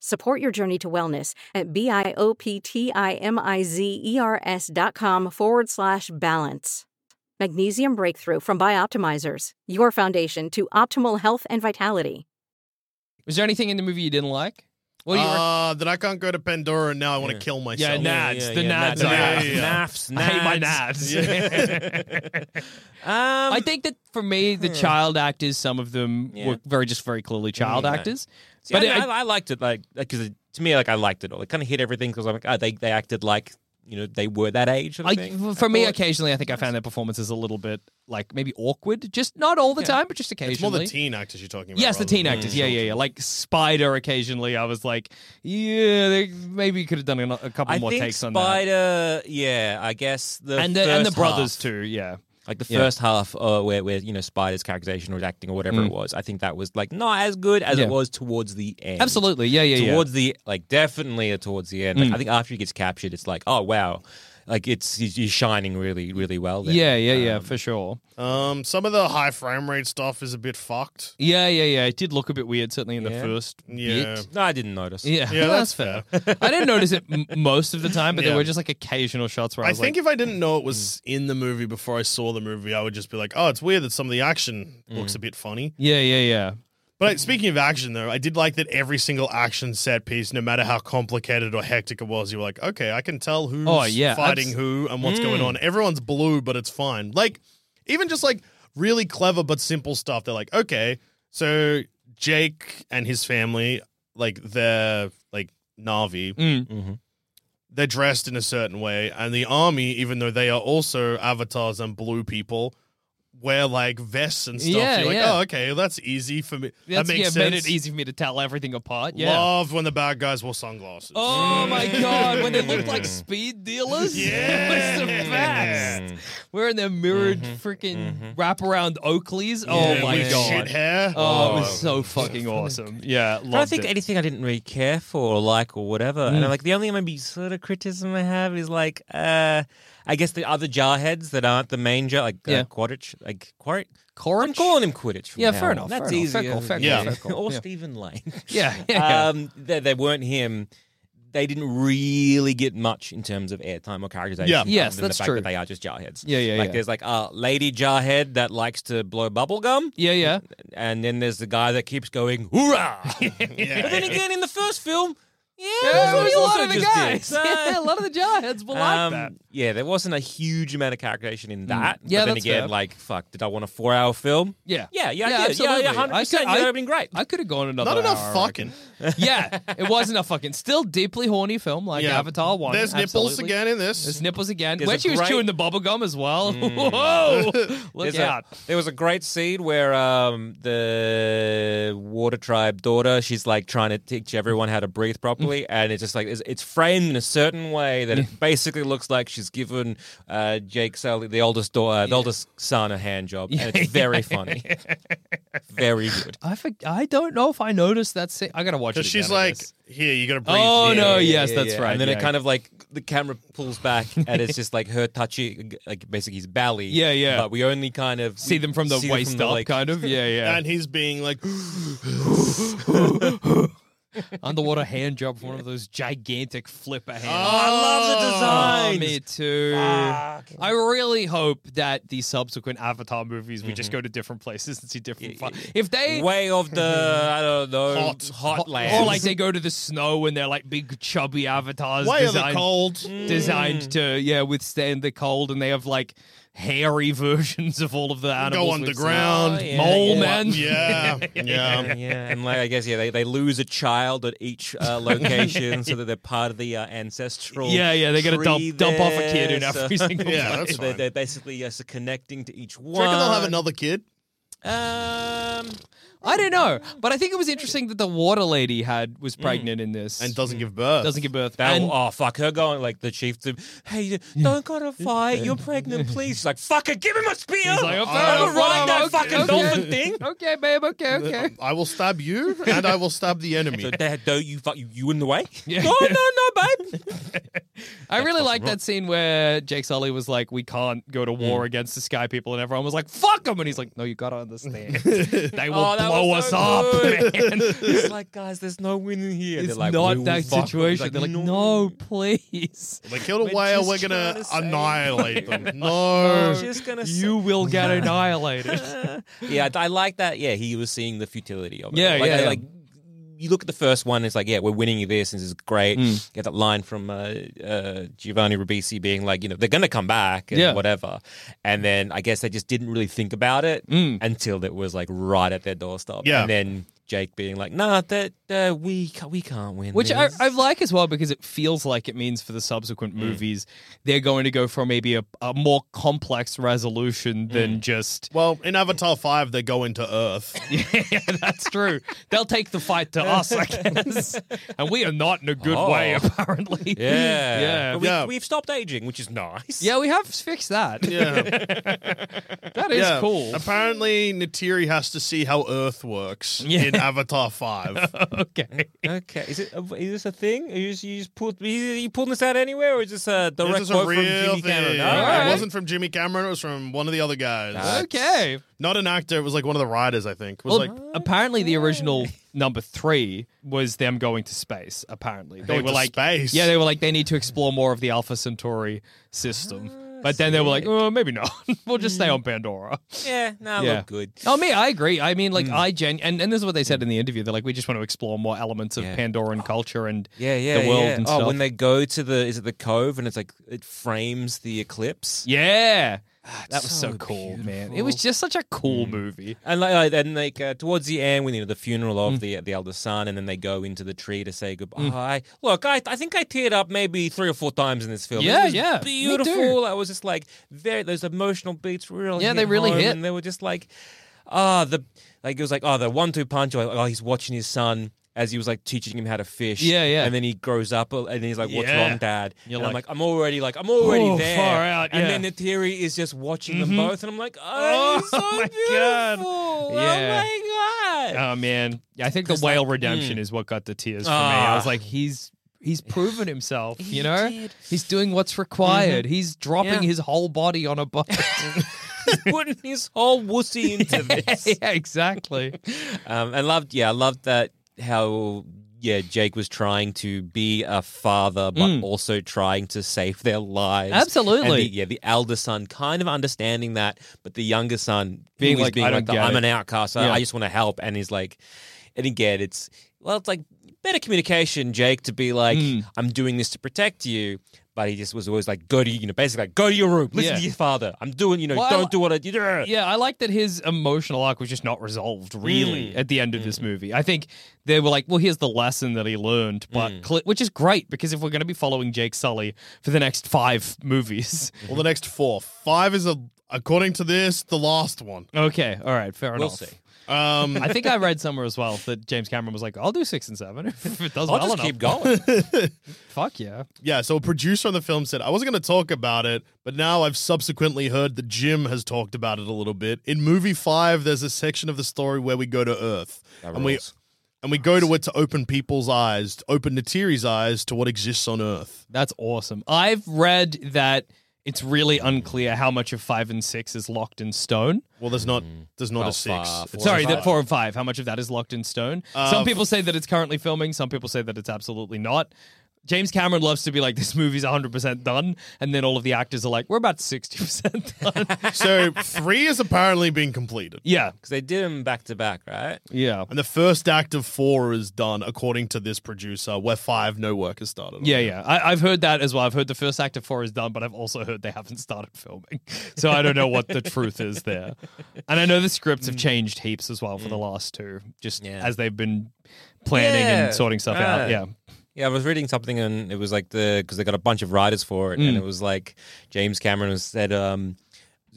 Support your journey to wellness at B-I-O-P-T-I-M-I-Z-E-R-S E dot com forward slash balance. Magnesium Breakthrough from Bioptimizers, your foundation to optimal health and vitality. Was there anything in the movie you didn't like? Well, you were- Uh, that I can't go to Pandora and now I want to Yeah. kill myself. Yeah, nah. Nads, the nads I hate. nads, nads, I hate my nads. <laughs> um, I think that for me, the child actors, some of them Yeah. were very just very clearly child Mm, no. actors. See, but I, it- I, I liked it, like because to me, like I liked it all. It kind of hit everything because I'm like, oh, they they acted like you know they were that age. Sort of I, thing. for me, thought- occasionally, I think I found their performances a little bit like maybe awkward. Just not all the time, but just occasionally. It's more the teen actors you're talking about. Yes, the rather teen than actors. Yeah, yeah, yeah. Like Spider. Occasionally, I was like, yeah, they maybe could have done a, a couple I more think takes on that. Spider. Yeah, I guess the And the, and the first brothers half. too. Yeah. Like the Yeah. first half, uh, where where you know Spider's characterization or acting or whatever it was, I think that was like not as good as Mm. Yeah. it was towards the end. Absolutely. Yeah, yeah, Mm. yeah. towards the like definitely towards the end. Like, I think after he gets captured, it's like oh wow, like it's he's, he's shining really really well. There. yeah, yeah, yeah, for sure. Um, some of the high frame rate stuff is a bit fucked. Yeah, yeah, yeah. It did look a bit weird, certainly in the Yeah. first Yeah. bit. No, I didn't notice. Yeah, Yeah, <laughs> well, that's I didn't <laughs> notice it m- most of the time, but there Yeah. were just like occasional shots where I, I was think like, mm. if I didn't know it was in the movie before I saw the movie, I would just be like, "Oh, it's weird that some of the action Mm. looks a bit funny." yeah, yeah, yeah. Mm. But speaking of action, though, I did like that every single action set piece, no matter how complicated or hectic it was, you were like, "Okay, I can tell who's Oh, yeah, fighting abs- Mm. who and what's going on." Everyone's blue, but it's fine. Like even just like really clever but simple stuff. They're like, "Okay, so Jake and his family, like they're like Navi, Mm. they're dressed in a certain way, and the army, even though they are also avatars and blue people, wear like vests and stuff. Yeah, You're like, yeah. oh, okay, well, that's easy for me. That's, that yeah, makes made sense. it easy for me to tell everything apart. Yeah. Loved when the bad guys wore sunglasses. Oh my Mm. god, when they looked <laughs> like speed dealers, <laughs> it was the best. Mm. Wearing their mirrored freaking wraparound Oakleys. Mm-hmm. Yeah, Oh my with god. shit hair. Oh, it was so <laughs> fucking awesome. Yeah, loved I don't think it. anything I didn't really care for or like or whatever. Mm. And like the only maybe sort of criticism I have is like uh I guess the other jarheads that aren't the main jar like Yeah. uh, Quidditch like Quaritch. Corrin? I'm calling him Quidditch. From Yeah, now fair on. enough, That's fair enough. easier. Fair call, fair call, Yeah. fair call. or Yeah. Stephen Lane. Yeah, <laughs> <laughs> yeah. Um, they, they weren't him. They didn't really get much in terms of airtime or characterization. Yeah. other Yes, than the that's fact true. That they are just jarheads. Yeah, yeah, Like yeah. there's like a lady jarhead that likes to blow bubble gum, <laughs> yeah, yeah. and then there's the guy that keeps going hoorah. <laughs> But then again, in the first film, yeah, that's Yeah, what he a lot also of the just did. <laughs> guys. <laughs> So- yeah, a lot of the jarheads were like um, that. Mm. Yeah, there wasn't a huge amount of characterization in that. Yeah, but then that's again, fair. like, fuck, did I want a four-hour film? Yeah. Yeah, yeah, I did. Yeah, yeah, 100%. Yeah, that would've been great. I could have gone another Not hour, I enough reckon. fucking. yeah, it was enough fucking. Still deeply horny film like Yeah. Avatar 1. There's nipples absolutely. again in this. There's nipples again. There's when a she was great- Mm. chewing the bubble gum as <laughs> well. <laughs> Whoa! Look There's a- out. there was a great scene where um, the water tribe daughter, she's like trying to teach everyone how to breathe Mm. properly, and it's just like it's, it's framed in a certain way that <laughs> it basically looks like she's given uh, Jake Sully, the oldest daughter, the oldest son, a hand job, and <laughs> it's very funny, very good. I for, I don't know if I noticed that scene. I gotta watch it. Because she's again, I like, guess. here, you got to breathe. oh here. no, yes, that's right. And then yeah. it kind of like the camera pulls back, and it's just like her touching, like basically his belly. Yeah, yeah. But we only kind of see them from the see waist up, like, kind of. <laughs> Yeah, yeah. Oh, And he's being <gasps> like, Underwater hand job from one of those gigantic flipper hands. Oh. "Ah, Oh, I love the design. me too. I really hope that the subsequent Avatar movies we Mm-hmm. just go to different places and see different. fu- if they way of the I don't know Hot. hot, Hot- land. or like they go to the snow and they're like big chubby avatars why are the designed, cold? Mm. designed to yeah withstand the cold, and they have like hairy <laughs> versions of all of the Go animals. we've seen. underground. Oh, yeah, Mole yeah. <laughs> man. Yeah, <laughs> yeah. yeah, and like I guess yeah, they, they lose a child at each uh, location so that they're part of the uh, ancestral. Yeah, yeah, they're gonna tree dump dump off a there, kid <laughs> in every <laughs> so- single Yeah, place. that's So they're, fine. they're basically uh, so connecting to each Do you one. reckon they'll have another kid? Um, I don't know, but I think it was interesting that the water lady had was pregnant in this And doesn't give birth. doesn't give birth. that, And- oh fuck, her going like the chief. To, hey, don't gotta fight. You're pregnant, please. She's like, fuck it, give him a spear. He's like, "Oh, fair I'm enough, gonna ride fine, that okay, fucking okay." dolphin thing. <laughs> okay, babe. Okay, okay. Um, I will stab you, and I will <laughs> stab the enemy. So, Dad, don't you fuck you, you in the way? Yeah. No, no, no, <laughs> babe. I really like that scene where Jake Sully was like, "We can't go to war against the Sky People," and everyone was like, "Fuck them!" And he's like, "No, you gotta understand. <laughs> They will Oh, that blow was us so up, good. man. It's like, guys, there's no winning here. <laughs> They're It's like, "We not will that fuck them." situation." They're like, "No, please." They killed We're a whale. just We're gonna trying to save- Oh, annihilate them. No. I'm just gonna You will <laughs> get annihilated. <laughs> say- yeah, I like that. Yeah, he was seeing the futility of it. Yeah, like, yeah, I- yeah. Like, you look at the first one, it's like, yeah, we're winning this, and this is Hmm. great. You get that line from uh, uh, Giovanni Ribisi being like, you know, they're gonna come back and Yeah. whatever. And then I guess they just didn't really think about it Hmm. until it was like right at their doorstep. Yeah. and then. Jake being like, nah, that uh, we ca- we can't win. Which I, this." I like as well because it feels like it means for the subsequent movies they're going to go for maybe a, a more complex resolution than just. Well, in Avatar Five, they go into <laughs> Earth. yeah, <laughs> that's true. They'll take the fight to us, I guess. And we are not in a good way, Oh. apparently. Yeah. Yeah. But we, Yeah. We've stopped aging, which is nice. <laughs> Yeah, we have fixed that. Yeah, <laughs> That is yeah. cool. Apparently, Natiri has to see how Earth works Yeah. in <laughs> Avatar Five. <laughs> okay. Okay. Is it? Is this a thing? Are you just, you just pulled? Are you pulling this out anywhere, or is this a direct This is a quote from real Jimmy Cameron? thing. All right. It wasn't from Jimmy Cameron. It was from one of the other guys. Okay. Not an actor. It was like one of the writers. I think. It was Well, like apparently the original number three was them going to space. Apparently they Going were to like, space? yeah, they were like they need to explore more of the Alpha Centauri system. Ah, But then they were like, oh, maybe not. <laughs> we'll just Hmm. stay on Pandora. Yeah. No, Yeah. look good. Oh, me, I agree. I mean, Hmm. like, I gen and, and this is what they said in the interview. They're like, we just want to explore more elements of Yeah. Oh. Pandoran culture and Yeah, yeah, the world yeah. and oh, stuff. when they go to the is it the cove and it's like it frames the eclipse. yeah, that was so, so Hmm. cool, man. It was just such a cool movie. And like, like then like uh, towards the end, when you know the funeral Mm. of the the elder son, and then they go into the tree to say goodbye. Look, I I think I teared up maybe three or four times in this film. It Yeah, was yeah, me too. beautiful. I was just like very those emotional beats really. Yeah, hit they really home, hit. and they were just like, ah, the like it was like oh the one two punch. Like, oh, he's watching his son. As he was like teaching him how to fish, Yeah, yeah. and then he grows up, uh, and he's like, "What's Yeah. wrong, Dad?" You're and I'm like, like, "I'm already like I'm already Oh, there." far out, And yeah. then the theory is just watching them both, and I'm like, Oh, "Oh, he's so <laughs> my God. beautiful." Oh Yeah. my god. Oh man, I think the whale redemption is what got the tears for me. I hmm. Ah. was like, he's he's proven himself, He you know. did. Mm-hmm. He's doing what's required. He's dropping Yeah. his whole body on <laughs> a boat. Putting his whole wussy <laughs> into this. <laughs> yeah, exactly. Um, I loved, yeah, I loved that how yeah Jake was trying to be a father, but also trying to save their lives. And Mm. Absolutely. the- yeah, the elder son kind of understanding that, but the younger son who Being is like, being "I like, don't the, get I'm it." an outcast. I- Yeah. I just want to help, and he's like, and again, it's well, it's like better communication, Jake, to be like, Mm. I'm doing this to protect you. But he just was always like, go to you know, basically like, go to your room, listen Yeah. to your father. I'm doing, you know, Well, I li- don't do what I did. <laughs> Yeah, I like that his emotional arc was just not resolved really Mm. at the end of this movie. I think they were like, well, here's the lesson that he learned, but Mm. cle- which is great because if we're going to be following Jake Sully for the next five <laughs> <laughs> movies, Well, the next four, five is a, according to this, the last one. okay, all right, fair We'll enough. see. Um, I think <laughs> I read somewhere as well that James Cameron was like, I'll do six and seven <laughs> if it does I'll well just enough. keep <laughs> going. Fuck yeah. yeah, so a producer on the film said, I wasn't going to talk about it, but now I've subsequently heard that Jim has talked about it a little bit. In movie five, there's a section of the story where we go to Earth. That and we rules. and we go to it to open people's eyes, to open Natiri's eyes to what exists on Earth. That's awesome. I've read that it's really unclear how much of five and six is locked in stone. Well, there's not there's not Well, a six. far- It's- Sorry, and that five. four and five. How much of that is locked in stone? Uh, some people say that it's currently filming. Some people say that it's absolutely not. James Cameron loves to be like, this movie's 100% done. And then all of the actors are like, we're about 60% <laughs> done. so three is apparently being completed. yeah. Because they did them back to back, right? Yeah. And the first act of four is done, according to this producer, where five no work has started. on. Yeah, yeah. I, I've heard that as well. I've heard the first act of four is done, but I've also heard they haven't started filming. So I don't know what the truth is there. And I know the scripts have changed heaps as well for the last two, just Yeah. as they've been planning Yeah. and sorting stuff out. Yeah. Yeah. Yeah, I was reading something and it was like the because they got a bunch of writers for it, Hmm. and it was like James Cameron was said, um,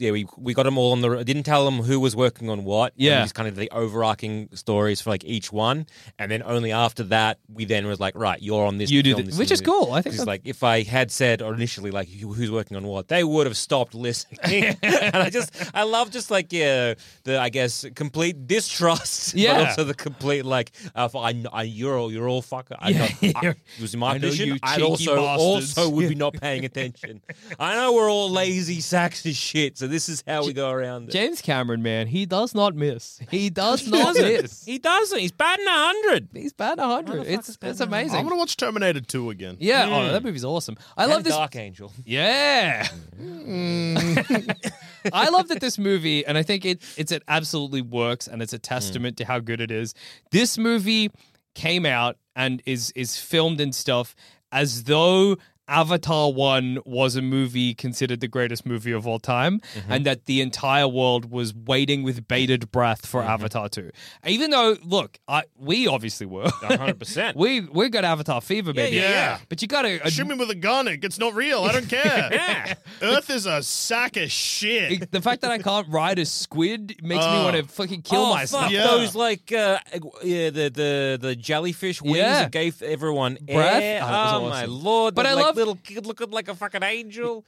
yeah, we we got them all on the didn't tell them who was working on what. and Yeah. just kind of the overarching stories for like each one, and then only after that we then was like, right, you're on this, You do you're on the- this, which you're is on this. cool. I think It's that's- like if I had said or initially like who- who's working on what, they would have stopped listening. <laughs> <laughs> and I just I love just like yeah the I guess complete distrust, <laughs> Yeah. but also the complete like uh, if I, I you're all you're all fucker. I <laughs> Yeah, know, you're- I, it was my I know position. you I cheeky also bastards. also would be not paying attention. I know we're all lazy sacks of shit, so this is how we go around it. James Cameron, man, he does not miss. He does not miss. He doesn't. He's batting hundred. He's bad 100. It's it's I'm amazing. gonna watch Terminator Two again. Yeah, oh, that movie's awesome. I love this. Dark Angel. Yeah. <laughs> I love that this movie, and I think it it's it absolutely works, and it's a testament to how good it is. This movie came out and is is filmed and stuff as though Avatar One was a movie considered the greatest movie of all time, and that the entire world was waiting with bated breath for Avatar Two. Even though, look, I, we obviously were. hundred percent. <laughs> We we got Avatar fever, baby. yeah, yeah. But you uh, got to Shoot me with a gun. It gets not real. I don't <laughs> care. <laughs> Earth is a sack of shit. It- the fact that I can't ride a squid makes me Oh. want to fucking kill oh, myself. Fuck Yeah. Those like uh, yeah, the the the jellyfish wings Yeah. that gave everyone Breath. air. Oh, Oh, that was my awesome. lord! But But I I like, love- little kid looking like a fucking angel.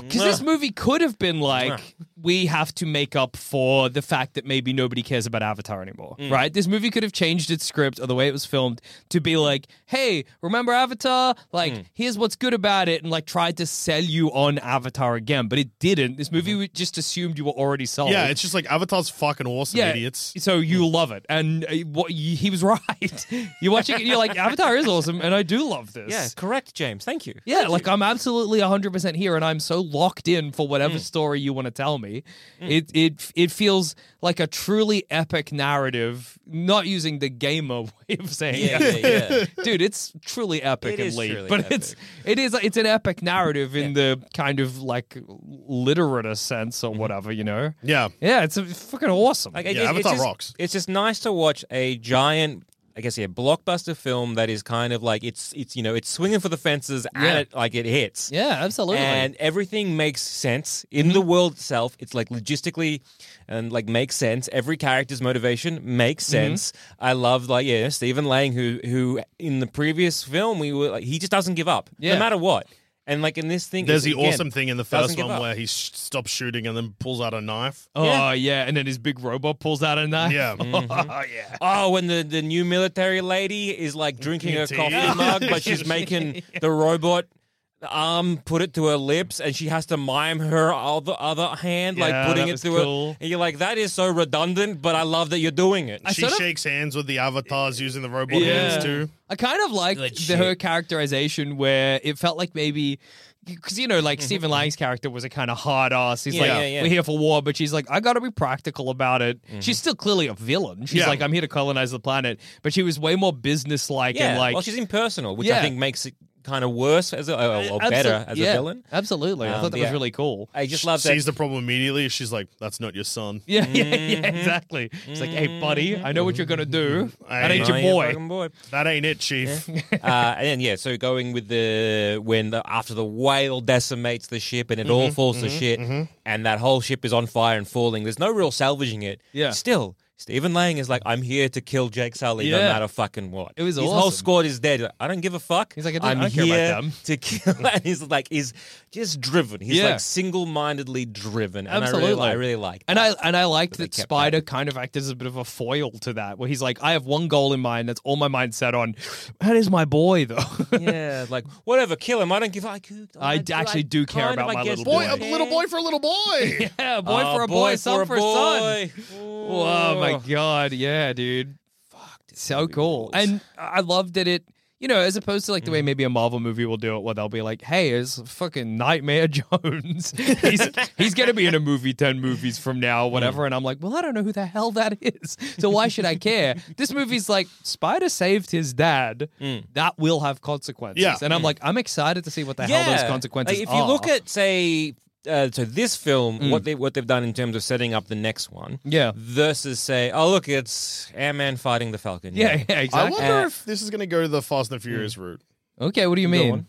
Because this movie could have been like, we have to make up for the fact that maybe nobody cares about Avatar anymore, Mm. right? This movie could have changed its script or the way it was filmed to be like, hey, remember Avatar? Like, Mm. here's what's good about it, and like tried to sell you on Avatar again, but it didn't. This movie just assumed you were already sold. Mm-hmm. Yeah, it's just like Avatar's fucking awesome, idiots. Mm. So you love it, and uh, what y- he was <laughs> right. you watch it, and you're like, Avatar is awesome, and I do love this. Yeah, correct, James. Thank you. Yeah, like I'm absolutely 100% here and I'm so locked in for whatever Mm. story you want to tell me. It it it feels like a truly epic narrative, not using the gamer <laughs> way of saying Yeah, it. yeah, yeah. <laughs> Dude, it's truly epic It and is late, truly but epic. it's it is it's an epic narrative in the kind of like literate sense Mm-hmm. or whatever, you know. Yeah. Yeah, it's a, fucking awesome. Like, I Yeah, guess Avatar it's just, rocks. It's just nice to watch a giant, I guess, yeah, blockbuster film that is kind of like it's it's you know it's swinging for the fences Yeah. and it like it hits. yeah, absolutely. And everything makes sense in Mm-hmm. the world itself. It's like logistically and like makes sense. Every character's motivation makes Mm-hmm. sense. I love like yeah, Stephen Lang who who in the previous film we were like he just doesn't give up Yeah. no matter what. And like in this thing There's the it's, again, awesome thing in the doesn't first give one up. where he sh- stops shooting and then pulls out a <laughs> knife. oh yeah. yeah. and then his big robot pulls out a knife. Yeah. <laughs> oh yeah. Oh, when the, the new military lady is like drinking her Tea. E. coffee mug, but <laughs> she's making the robot arm put it to her lips, and she has to mime her other other hand, Yeah, like putting that it was through cool. it. And you're like, that is so redundant, but I love that you're doing it. she sort of- shakes hands with the avatars using the robot hands too. I kind of liked Good the, her shit. characterization where it felt like maybe because you know, like Stephen Lang's character was a kind of hard ass. He's Mm-hmm. Yeah, like, yeah, yeah. Mm-hmm. "We're here for war," but she's like, "I got to be practical about it." She's still clearly a villain. She's Yeah. like, "I'm here to colonize the planet," but she was way more business-like and yeah, like well, she's impersonal, which Yeah. I think makes it kind of worse as a, or, or Absol- better as a yeah, villain. Absolutely, I Um, thought that was yeah. really cool. I just love that. Sees the problem immediately. She's like, "That's not your son." Yeah, <laughs> yeah, yeah, Mm-hmm. exactly. It's like, hey, buddy, I know what you're gonna do. I That ain't No, your you're boy. fucking boy. That ain't it, chief. uh, and then, yeah, so going with the when the, after the whale decimates the ship and it Mm-hmm, all falls to shit, and that whole ship is on fire and falling. There's no real salvaging it. Yeah. Still, Stephen Lang is like, I'm here to kill Jake Sully, no Yeah. matter fucking what. It was his awesome. whole squad is dead. Like, I don't give a fuck. He's like, I don't- I I'm don't care here about them." to kill. <laughs> And he's like, he's just driven. He's Yeah. like single-mindedly driven. And I Absolutely. really, I really like. And I and I liked That they that kept Spider kind of acted as a bit of a foil to that, where he's like, I have one goal in mind, that's all my mind's set on. That is my boy though. yeah, like whatever, kill him. I don't give. I, could- I d- actually do care kind of, about I my guess, little boy, boy. a little boy for a little boy. <laughs> yeah, boy Oh, for a boy, son for a son. boy. Oh my Ooh. god, yeah, dude. Fuck, so cool. And I love that it, you know, as opposed to like the way maybe a Marvel movie will do it, where they'll be like, "Hey, it's fucking Nightmare <laughs> Jones. he's he's gonna be in a movie ten movies from now, whatever." And I'm like, "Well, I don't know who the hell that is, so why should I care?" this movie's like, Spider saved his dad. That will have consequences. Yeah. and I'm like, I'm excited to see what the hell those consequences. Like, if are. Mm. you look at say, uh, so this film, what they what they've done in terms of setting up the next one, yeah, versus say, oh look, it's Ant Man fighting the Falcon. yeah, yeah, I exactly. Uh, wonder if this is going to go the Fast and the Furious Mm. route. Okay, what do you on. mean?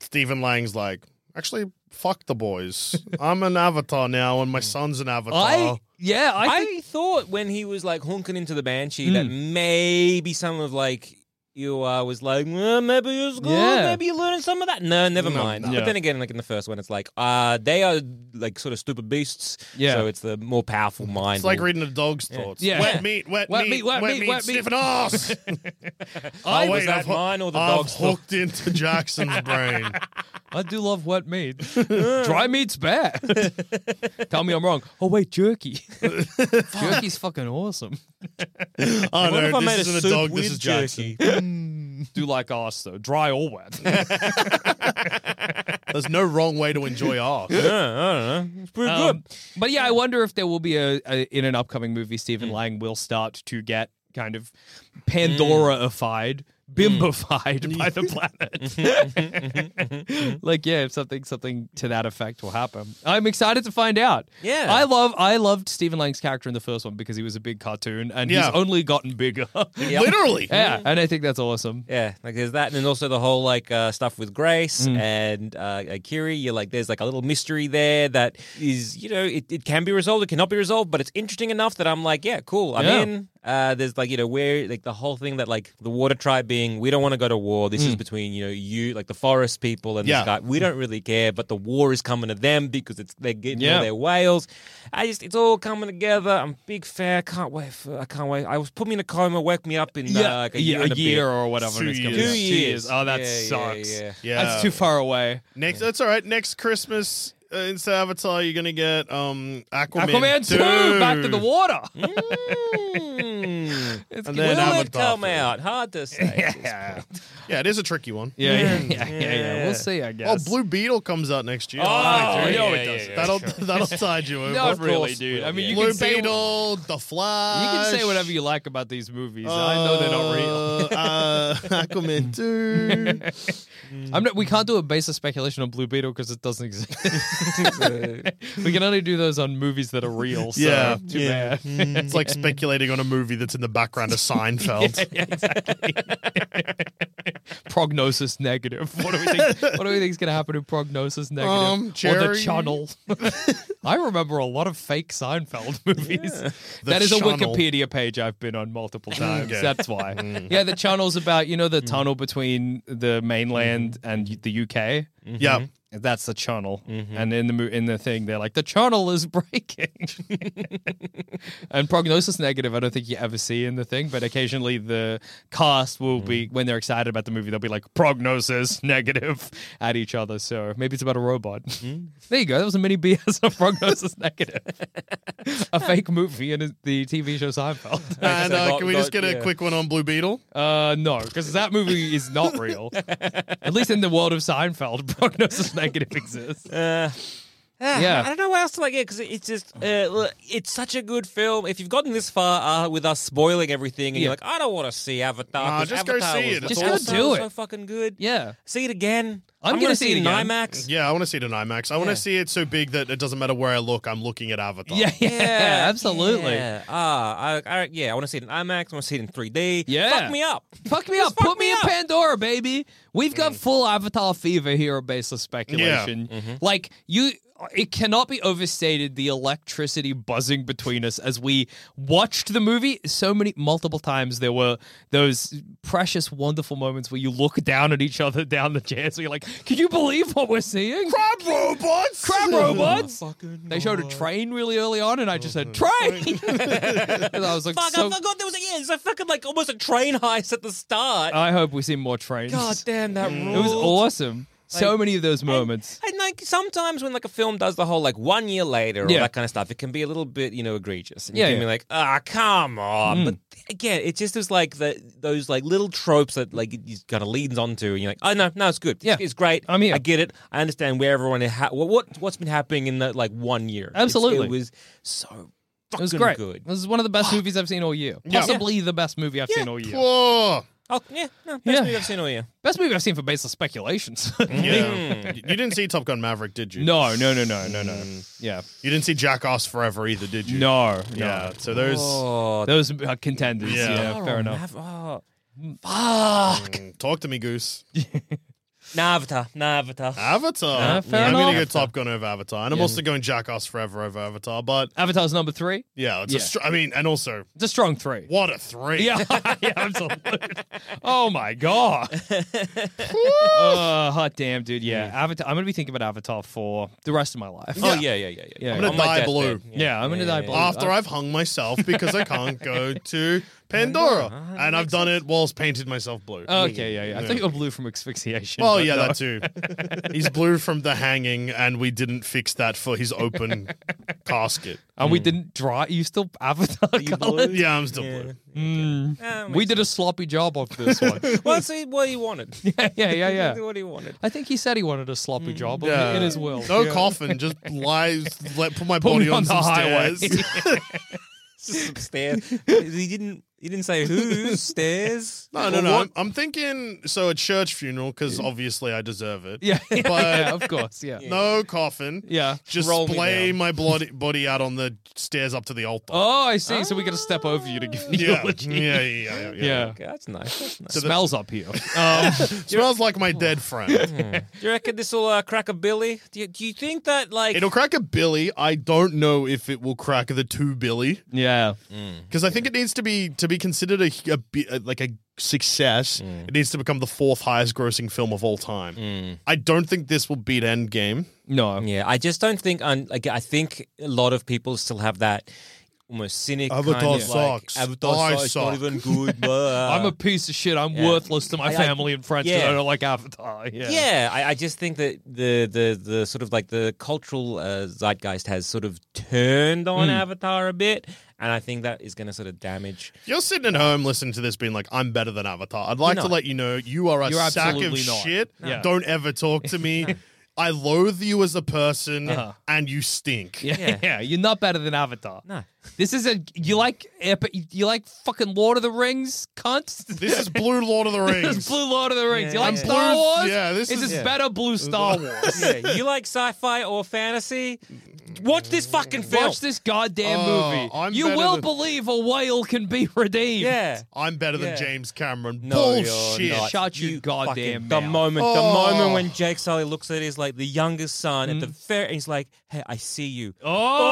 Stephen Lang's like, actually, fuck the boys. I'm an avatar now, and my Mm. son's an avatar. I yeah, I, I, think Mm. thought when he was like honking into the banshee that maybe some of like you uh, was like well, maybe you're school, Yeah. maybe you're learning some of that. No, never No, mind. no. Yeah. But then again, like in the first one, it's like uh, they are like sort of stupid beasts. Yeah. So it's the more powerful mind. it's like will- reading a dog's thoughts. Yeah. Wet meat, wet, meat, wet, meat, wet meat. sniffing ass. I- oh, Was wait, that I've, hook- mine or the I've dog's thought? hooked into Jackson's brain. I do love wet meat. Dry meat's bad. <laughs> Tell me I'm wrong. Oh wait, jerky. Jerky's fucking awesome. Oh What if I no, made this a isn't a soup dog. This with is jerky? Jackson. Do like ass though, dry or wet. There's no wrong way to enjoy art. yeah, I don't know. It's pretty Um, but yeah, I wonder if there will be a, a in an upcoming movie Stephen Mm. Lang will start to get kind of Pandoraified, Mm. bimbofied by <laughs> the Mm-hmm. planet. <laughs> like yeah, if something something to that effect will happen. I'm excited to find out. Yeah. I love I loved Stephen Lang's character in the first one because he was a big cartoon and Yeah. he's only gotten bigger. <laughs> yeah. Yep. Literally. and I think that's awesome. Yeah, like there's that, and then also the whole like uh, stuff with Grace Mm. and uh, Akiri. You're like, there's like a little mystery there that is, you know, it, it can be resolved, it cannot be resolved, but it's interesting enough that I'm like, yeah, cool, I'm Yeah. in. Uh, there's like you know where like the whole thing that like the water tribe being we don't want to go to war. Mm. This is between you know you like the forest people and Yeah. this guy. We don't really care, but the war is coming to them because it's they're getting Yeah. all their whales. I just it's all coming together. I'm a big fan. I can't wait. For, I can't wait. I was put me in a coma. Wake me up in uh, like a yeah, year. and a a bit. year or whatever. and Two it's coming years. out. Two Two years. years. Oh, that Yeah, yeah, sucks. yeah. Yeah. That's too far away. Next, that's all right. Next Christmas, uh, instead of Avatar, you're gonna get um Aquaman, Aquaman 2, back to the <laughs> water. Mm. It's And good. then Will I'm a it come dolphin. out? Hard to say. at this yeah. Yeah, it is a tricky one. Yeah, yeah, yeah, yeah, yeah. Yeah. We'll see, I guess. Oh, Blue Beetle comes out next year. Oh, Alright, dude. yeah, no, yeah, it doesn't. yeah, that'll <laughs> that'll tide you over. No, Of really, course, dude. Will, I mean, yeah. you Blue can say Beetle, The Flash. You can say whatever you like about these movies. I know they're not real. Uh, uh, <laughs> Aquaman two. I'm not, we can't do a basis speculation on Blue Beetle because it doesn't <laughs> exist. <laughs> we can only do those on movies that are real. So Yeah. too Yeah. bad. it's like speculating on a movie that's in the <laughs> background of Seinfeld. Prognosis negative. <laughs> What do we think? what do we think is going to happen in prognosis negative? Um, or Jerry- the channel? <laughs> I remember a lot of fake Seinfeld movies. The That is a Channel. Mm, Wikipedia page I've been on multiple times. Okay. Mm. That's why. Yeah, the channel's about you know the tunnel between the mainland Mm. and the UK. <laughs> Yeah, That's the channel, and in the mo- in the thing, they're like the channel is breaking. <laughs> and prognosis negative, I don't think you ever see in the thing, but occasionally the cast will be when they're excited about the movie, they'll be like prognosis <laughs> negative at each other. So maybe it's about a robot. <laughs> there you go. That was a mini BS of prognosis <laughs> negative, a fake movie in the TV <laughs> show Seinfeld. and uh, got- can we just got- get a yeah. quick one on Blue Beetle? Uh, no, because that movie is not real. At least in the world of Seinfeld, <laughs> prognosis negative exists. Uh, Yeah. yeah, I don't know what else to like. Yeah, because it's just uh, look, it's such a good film. If you've gotten this far uh, with us spoiling everything, and Yeah. you're like, I don't want to see Avatar. Nah, 'cause just go Avatar see was it. the Just best. go do So it. fucking good. Yeah. see it again. I'm gonna gonna see see it in again. IMAX. Yeah, I want to see it in IMAX. I want to see it so big that it doesn't matter where I look. I'm looking at Avatar. Yeah, yeah, <laughs> absolutely. Yeah. Ah, I, I, yeah, I want to see it in IMAX. I want to see it in 3D. Yeah. Fuck me up. Fuck me Just up. fuck Put me, me in up. Mm. Pandora, baby. We've got full Avatar fever here on Baseless Speculation. Like, you. It cannot be overstated the electricity buzzing between us as we watched the movie so many multiple times. There were those precious, wonderful moments where you look down at each other <laughs> down the chairs. So you're like, "Can you believe what we're seeing?" Crab robots. crab robots. They showed a train really early on, and I just <laughs> said train. <laughs> And I was like, Fuck, so, I forgot there was a, yeah, it's a fucking like almost a train heist at the start. I hope we see more trains. God damn, that ruled. <laughs> Mm. it was awesome. so Like- many of those moments. And like sometimes when like a film does the whole like one year later or Yeah. that kind of stuff, it can be a little bit you know egregious. And Yeah, you can yeah. Mm. be like, ah, come on. But again, it just is like the those like little tropes that like it kind of leads onto, and you're like, oh no, no, it's good. It's- Yeah. it's great. I'm here. I get it. I understand where everyone ha- what, what what's been happening in that like one year. It's- Absolutely. it was so It fucking was great. good. This is one of the best movies I've seen all year. Yeah. Possibly the best movie I've seen all <laughs> year. Whoa. Oh yeah, no, best Yeah. movie I've seen all year. Best movie I've seen for baseless speculations. <laughs> Mm. Yeah. you didn't see Top Gun Maverick, did you? Mm. no, no, no, no, no, no. Yeah. You didn't see Jackass Forever either, did you? No, no. Yeah. So there's. Oh, Those are contenders. Yeah. Yeah, fair oh, enough. Mm. Mav- oh. Fuck. Mm, Talk to me, <laughs> Goose. Nah, Avatar. Nah, Avatar. Avatar. Uh, fair I'm gonna go enough. Top Gun over Avatar, and I'm Yeah. also going Jackass Forever over Avatar. But Avatar's number three. yeah, it's a Yeah. str- I mean, and also It's a strong three. what a three. Yeah, <laughs> <laughs> yeah, absolutely. oh my god. uh, hot damn, dude. Yeah, Avatar. I'm gonna be thinking about Avatar for the rest of my life. Oh yeah, yeah, yeah, yeah. Yeah. On I'm gonna my die deathbed. blue. Yeah, I'm gonna die blue. After I've hung myself because I can't <laughs> go to Pandora, and I've done it whilst painted myself blue. Okay, yeah, yeah. I thought you were blue from asphyxiation. Well, Oh, but yeah, no. that too. <laughs> He's blue from the hanging, and we didn't fix that for his open <laughs> casket. And we didn't draw. You still Avatar you colored. blue? <laughs> Yeah, I'm still blue. Ah, Hmm. We did a sloppy job of <laughs> this one. Well, see what he wanted. <laughs> yeah, yeah, yeah, yeah. What he wanted. I think he said he wanted a sloppy job of it Hmm. Yeah. in his will. No Yeah. coffin, just lies. Let put my <laughs> Put body me on, on the some highway. <laughs> stairs. It's just <laughs> some stairs. he didn't. He didn't say whose <laughs> stairs. No, no, Or no. what- I'm, I'm thinking so a church funeral because obviously I deserve it. Yeah, <laughs> yeah, <laughs> But- yeah, of course. Yeah, No coffin. yeah. Just Roll me splay down. my bloody body out on the stairs up to the altar. Oh, I see. So we got to step over <laughs> you to give an yeah. eulogy. yeah, yeah, yeah, yeah, Yeah. Okay, that's nice. That's nice. Smells up here. <laughs> <laughs> Smells like my dead friend. do you reckon this will uh, crack a Billy? Do you, do you think that like? It'll crack a Billy. I don't know if it will crack the two Billy. yeah. Mm. because I think it needs to be to be considered a, a bi- a- like a success. It needs to become the fourth highest grossing film of all time. I don't think this will beat Endgame. No. yeah, I just don't think. Un- like, I think a lot of people still have that. Avatar kind of sucks. like Avatar I sucks, not suck." even <laughs> good. blah. I'm a piece of shit. I'm yeah. worthless to my I- I- family and friends 'cause yeah. I don't like Avatar. Yeah. yeah, I, I just think that the the the sort of like the cultural uh, zeitgeist has sort of turned on Hmm. Avatar a bit, and I think that is going to sort of <laughs> damage. You're sitting at home listening to this, being like, "I'm better than Avatar." I'd like You're to not. let you know you are a You're sack of absolutely not. shit. No. Don't ever talk to me. <laughs> I loathe you as a person, Uh-huh. and you stink. <laughs> Yeah, Yeah. yeah, you're not better than Avatar. No. This is a you like epic, you like fucking Lord of the Rings, cunt. <laughs> This is Blue Lord of the This Rings. is Blue Lord of the Rings. you Yeah, like yeah. Star Blue- Wars? yeah, this this is- is Yeah. better Blue Star Wars. yeah, you like sci-fi or fantasy? Watch this fucking film. <laughs> Watch this goddamn Oh, movie. I'm you better will than- believe a whale can be <laughs> redeemed. Yeah. I'm better than Yeah. James Cameron. No, you're Bullshit. not. Shut your fucking- goddamn The mouth. moment, Oh. the moment when Jake Sully looks at his like the youngest son at Hmm. the fair, and he's like, "Hey, I see you."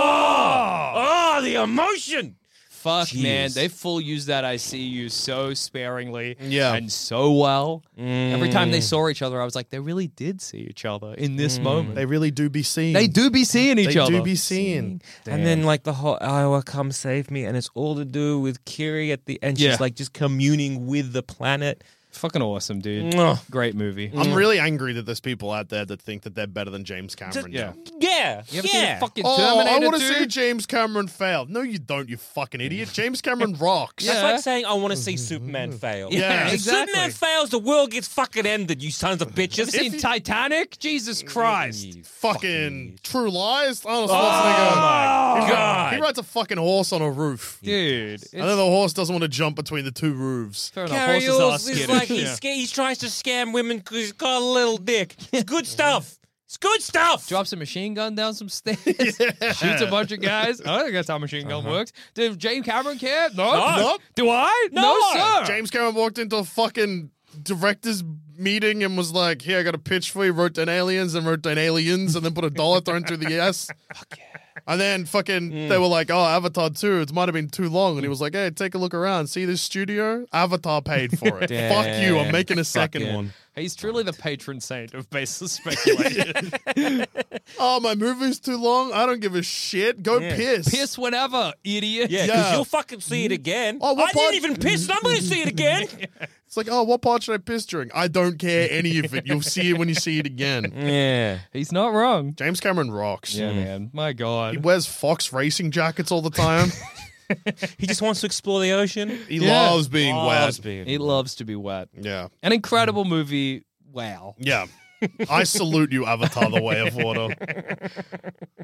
Oh, Oh, the emotion! fuck, man! Jeez. They full use that I see you so sparingly, Yeah. and so well. Every time Mm. they saw each other, I was like, they really did see each other in this moment. They really do be seen. They do be seeing each They other. do be seen. And then like the whole "Oh, come save me," and it's all to do with Kiri at the end. She's Yeah. like just communing with the planet. Fucking awesome, dude. Mwah. Great movie. I'm really angry that there's people out there that think that they're better than James Cameron. yeah. now. Yeah, You ever seen yeah. the fucking Oh, I Terminator? want to see dude? James Cameron fail. No, you don't. You fucking <laughs> idiot. James Cameron rocks. That's Yeah. like saying I want to see Superman fail. If Yeah, Mm-hmm. exactly. Superman fails, the world gets fucking ended. You Mm-hmm. sons of bitches. You've seen Titanic? Jesus Christ. You Fucking True Lies. Arnold Schwarzenegger. Oh my He ri- God. He rides a fucking horse on a roof. Dude. And then the horse doesn't want to jump between the two roofs. Fair enough. Carrie Horses are Hills is skittish. like he's Yeah. sca- he tries to scam women because he's got a little dick. It's <laughs> good stuff. It's good stuff. drops a machine gun down some stairs, shoots a bunch of guys. I think that's how machine gun works. Did James Cameron care? No. No. Nope. Do I? No, No. sir. James Cameron walked into a fucking director's meeting and was like, Here, I got a pitch for you. Wrote down aliens and wrote down aliens and then put a dollar thrown through the <laughs> S. And then fucking, Hmm. they were like, oh, Avatar 2, it might have been too long. And he was like, hey, take a look around. See this studio? Avatar paid for <laughs> it. Fuck you, I'm making a second Fucking- one. He's truly the patron saint of baseless speculation. Oh, my movie's too long? I don't give a shit. Go Yeah. piss. Piss whenever, idiot. Yeah, because Yeah. you'll fucking see Mm-hmm. it again. Oh, what I part- didn't even piss, and I'm going to see it <laughs> again. It's like, oh, what part should I piss during? I don't care any of it. You'll see it when you see it <laughs> again. yeah. He's not wrong. James Cameron rocks. Yeah, man. My He God. wears Fox racing jackets all the <laughs> time. He just wants to explore the ocean. He Yeah. loves being Loves wet. being- He loves to be wet. yeah. An incredible movie. Wow. Yeah. I salute you, Avatar the Way of <laughs> Water.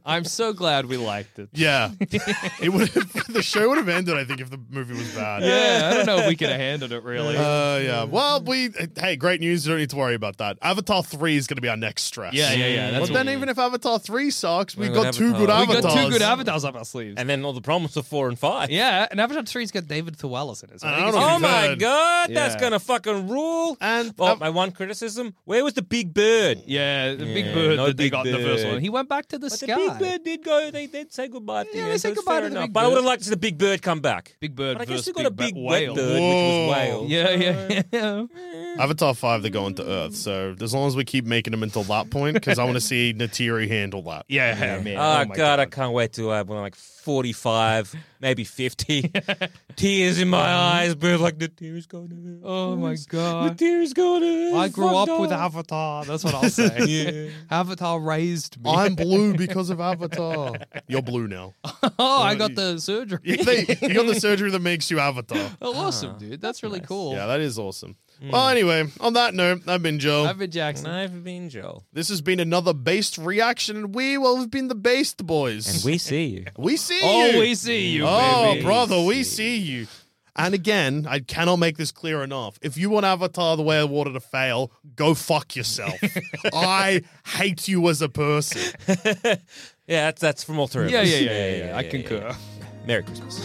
I'm so glad we liked it. Yeah. It would have, the show would have ended, I think, if the movie was bad. <laughs> Yeah, <laughs> I don't know if we could have handled it really. Uh, yeah. Well, we hey, great news. You don't need to worry about that. Avatar three is going to be our next stress. Yeah, yeah, yeah, that's but then, what- even if Avatar three sucks, we We've got got two good Avatar. we avatars. got two good avatars up our sleeves. And then all the problems are four and five. yeah, and Avatar 3's got David Thewlis in it. so I And think I it's don't Oh Fucking my good. god, that's Yeah. Uh, um, gonna fucking rule. And oh, Av- my one criticism: where was the big bird? Yeah, the Yeah, big bird no that they Big got in the first Bird. one. He went back to the But sky. the big bird did go. They did say goodbye. At the Yeah, end, they said so it's goodbye fair to the enough. big But I would have bird. liked to see the big bird come back. Big bird But I guess versus we got a big big ba- wet whale. bird, Whoa. which was whale. <laughs> Yeah, yeah, yeah. Avatar five, they're going to Earth. So as long as we keep making them until that point, because I want to see Natiri handle that. <laughs> Yeah, man. Oh, my god, I can't wait till I'm like <laughs> 45, maybe 50. tears in my Mm-hmm. eyes, but like the tears going to. Oh my The god. tears going to. I grew up with Avatar. <laughs> That's what I'll say. <laughs> Avatar raised <laughs> me. I'm blue because of Avatar. <laughs> You're blue now. oh, I <laughs> got the surgery. Yeah, they, you got the surgery that makes you Avatar. Oh, Uh-huh. awesome, dude. That's really cool. <laughs> Yeah, that is awesome. Well, anyway, on that note, I've been Joe. Hmm. I've been Jackson. I've been Joel. This has been another based reaction, and we will have been the based boys. And we see <laughs> you. We see you. Oh, we see you, Oh, baby. brother, we see you. And again, I cannot make this clear enough. If you want Avatar the Way of Water to fail, go fuck yourself. I hate you as a person. Yeah, that's, that's from all three Yeah, of us. yeah, yeah, yeah, yeah. I yeah, concur. yeah. Merry Christmas.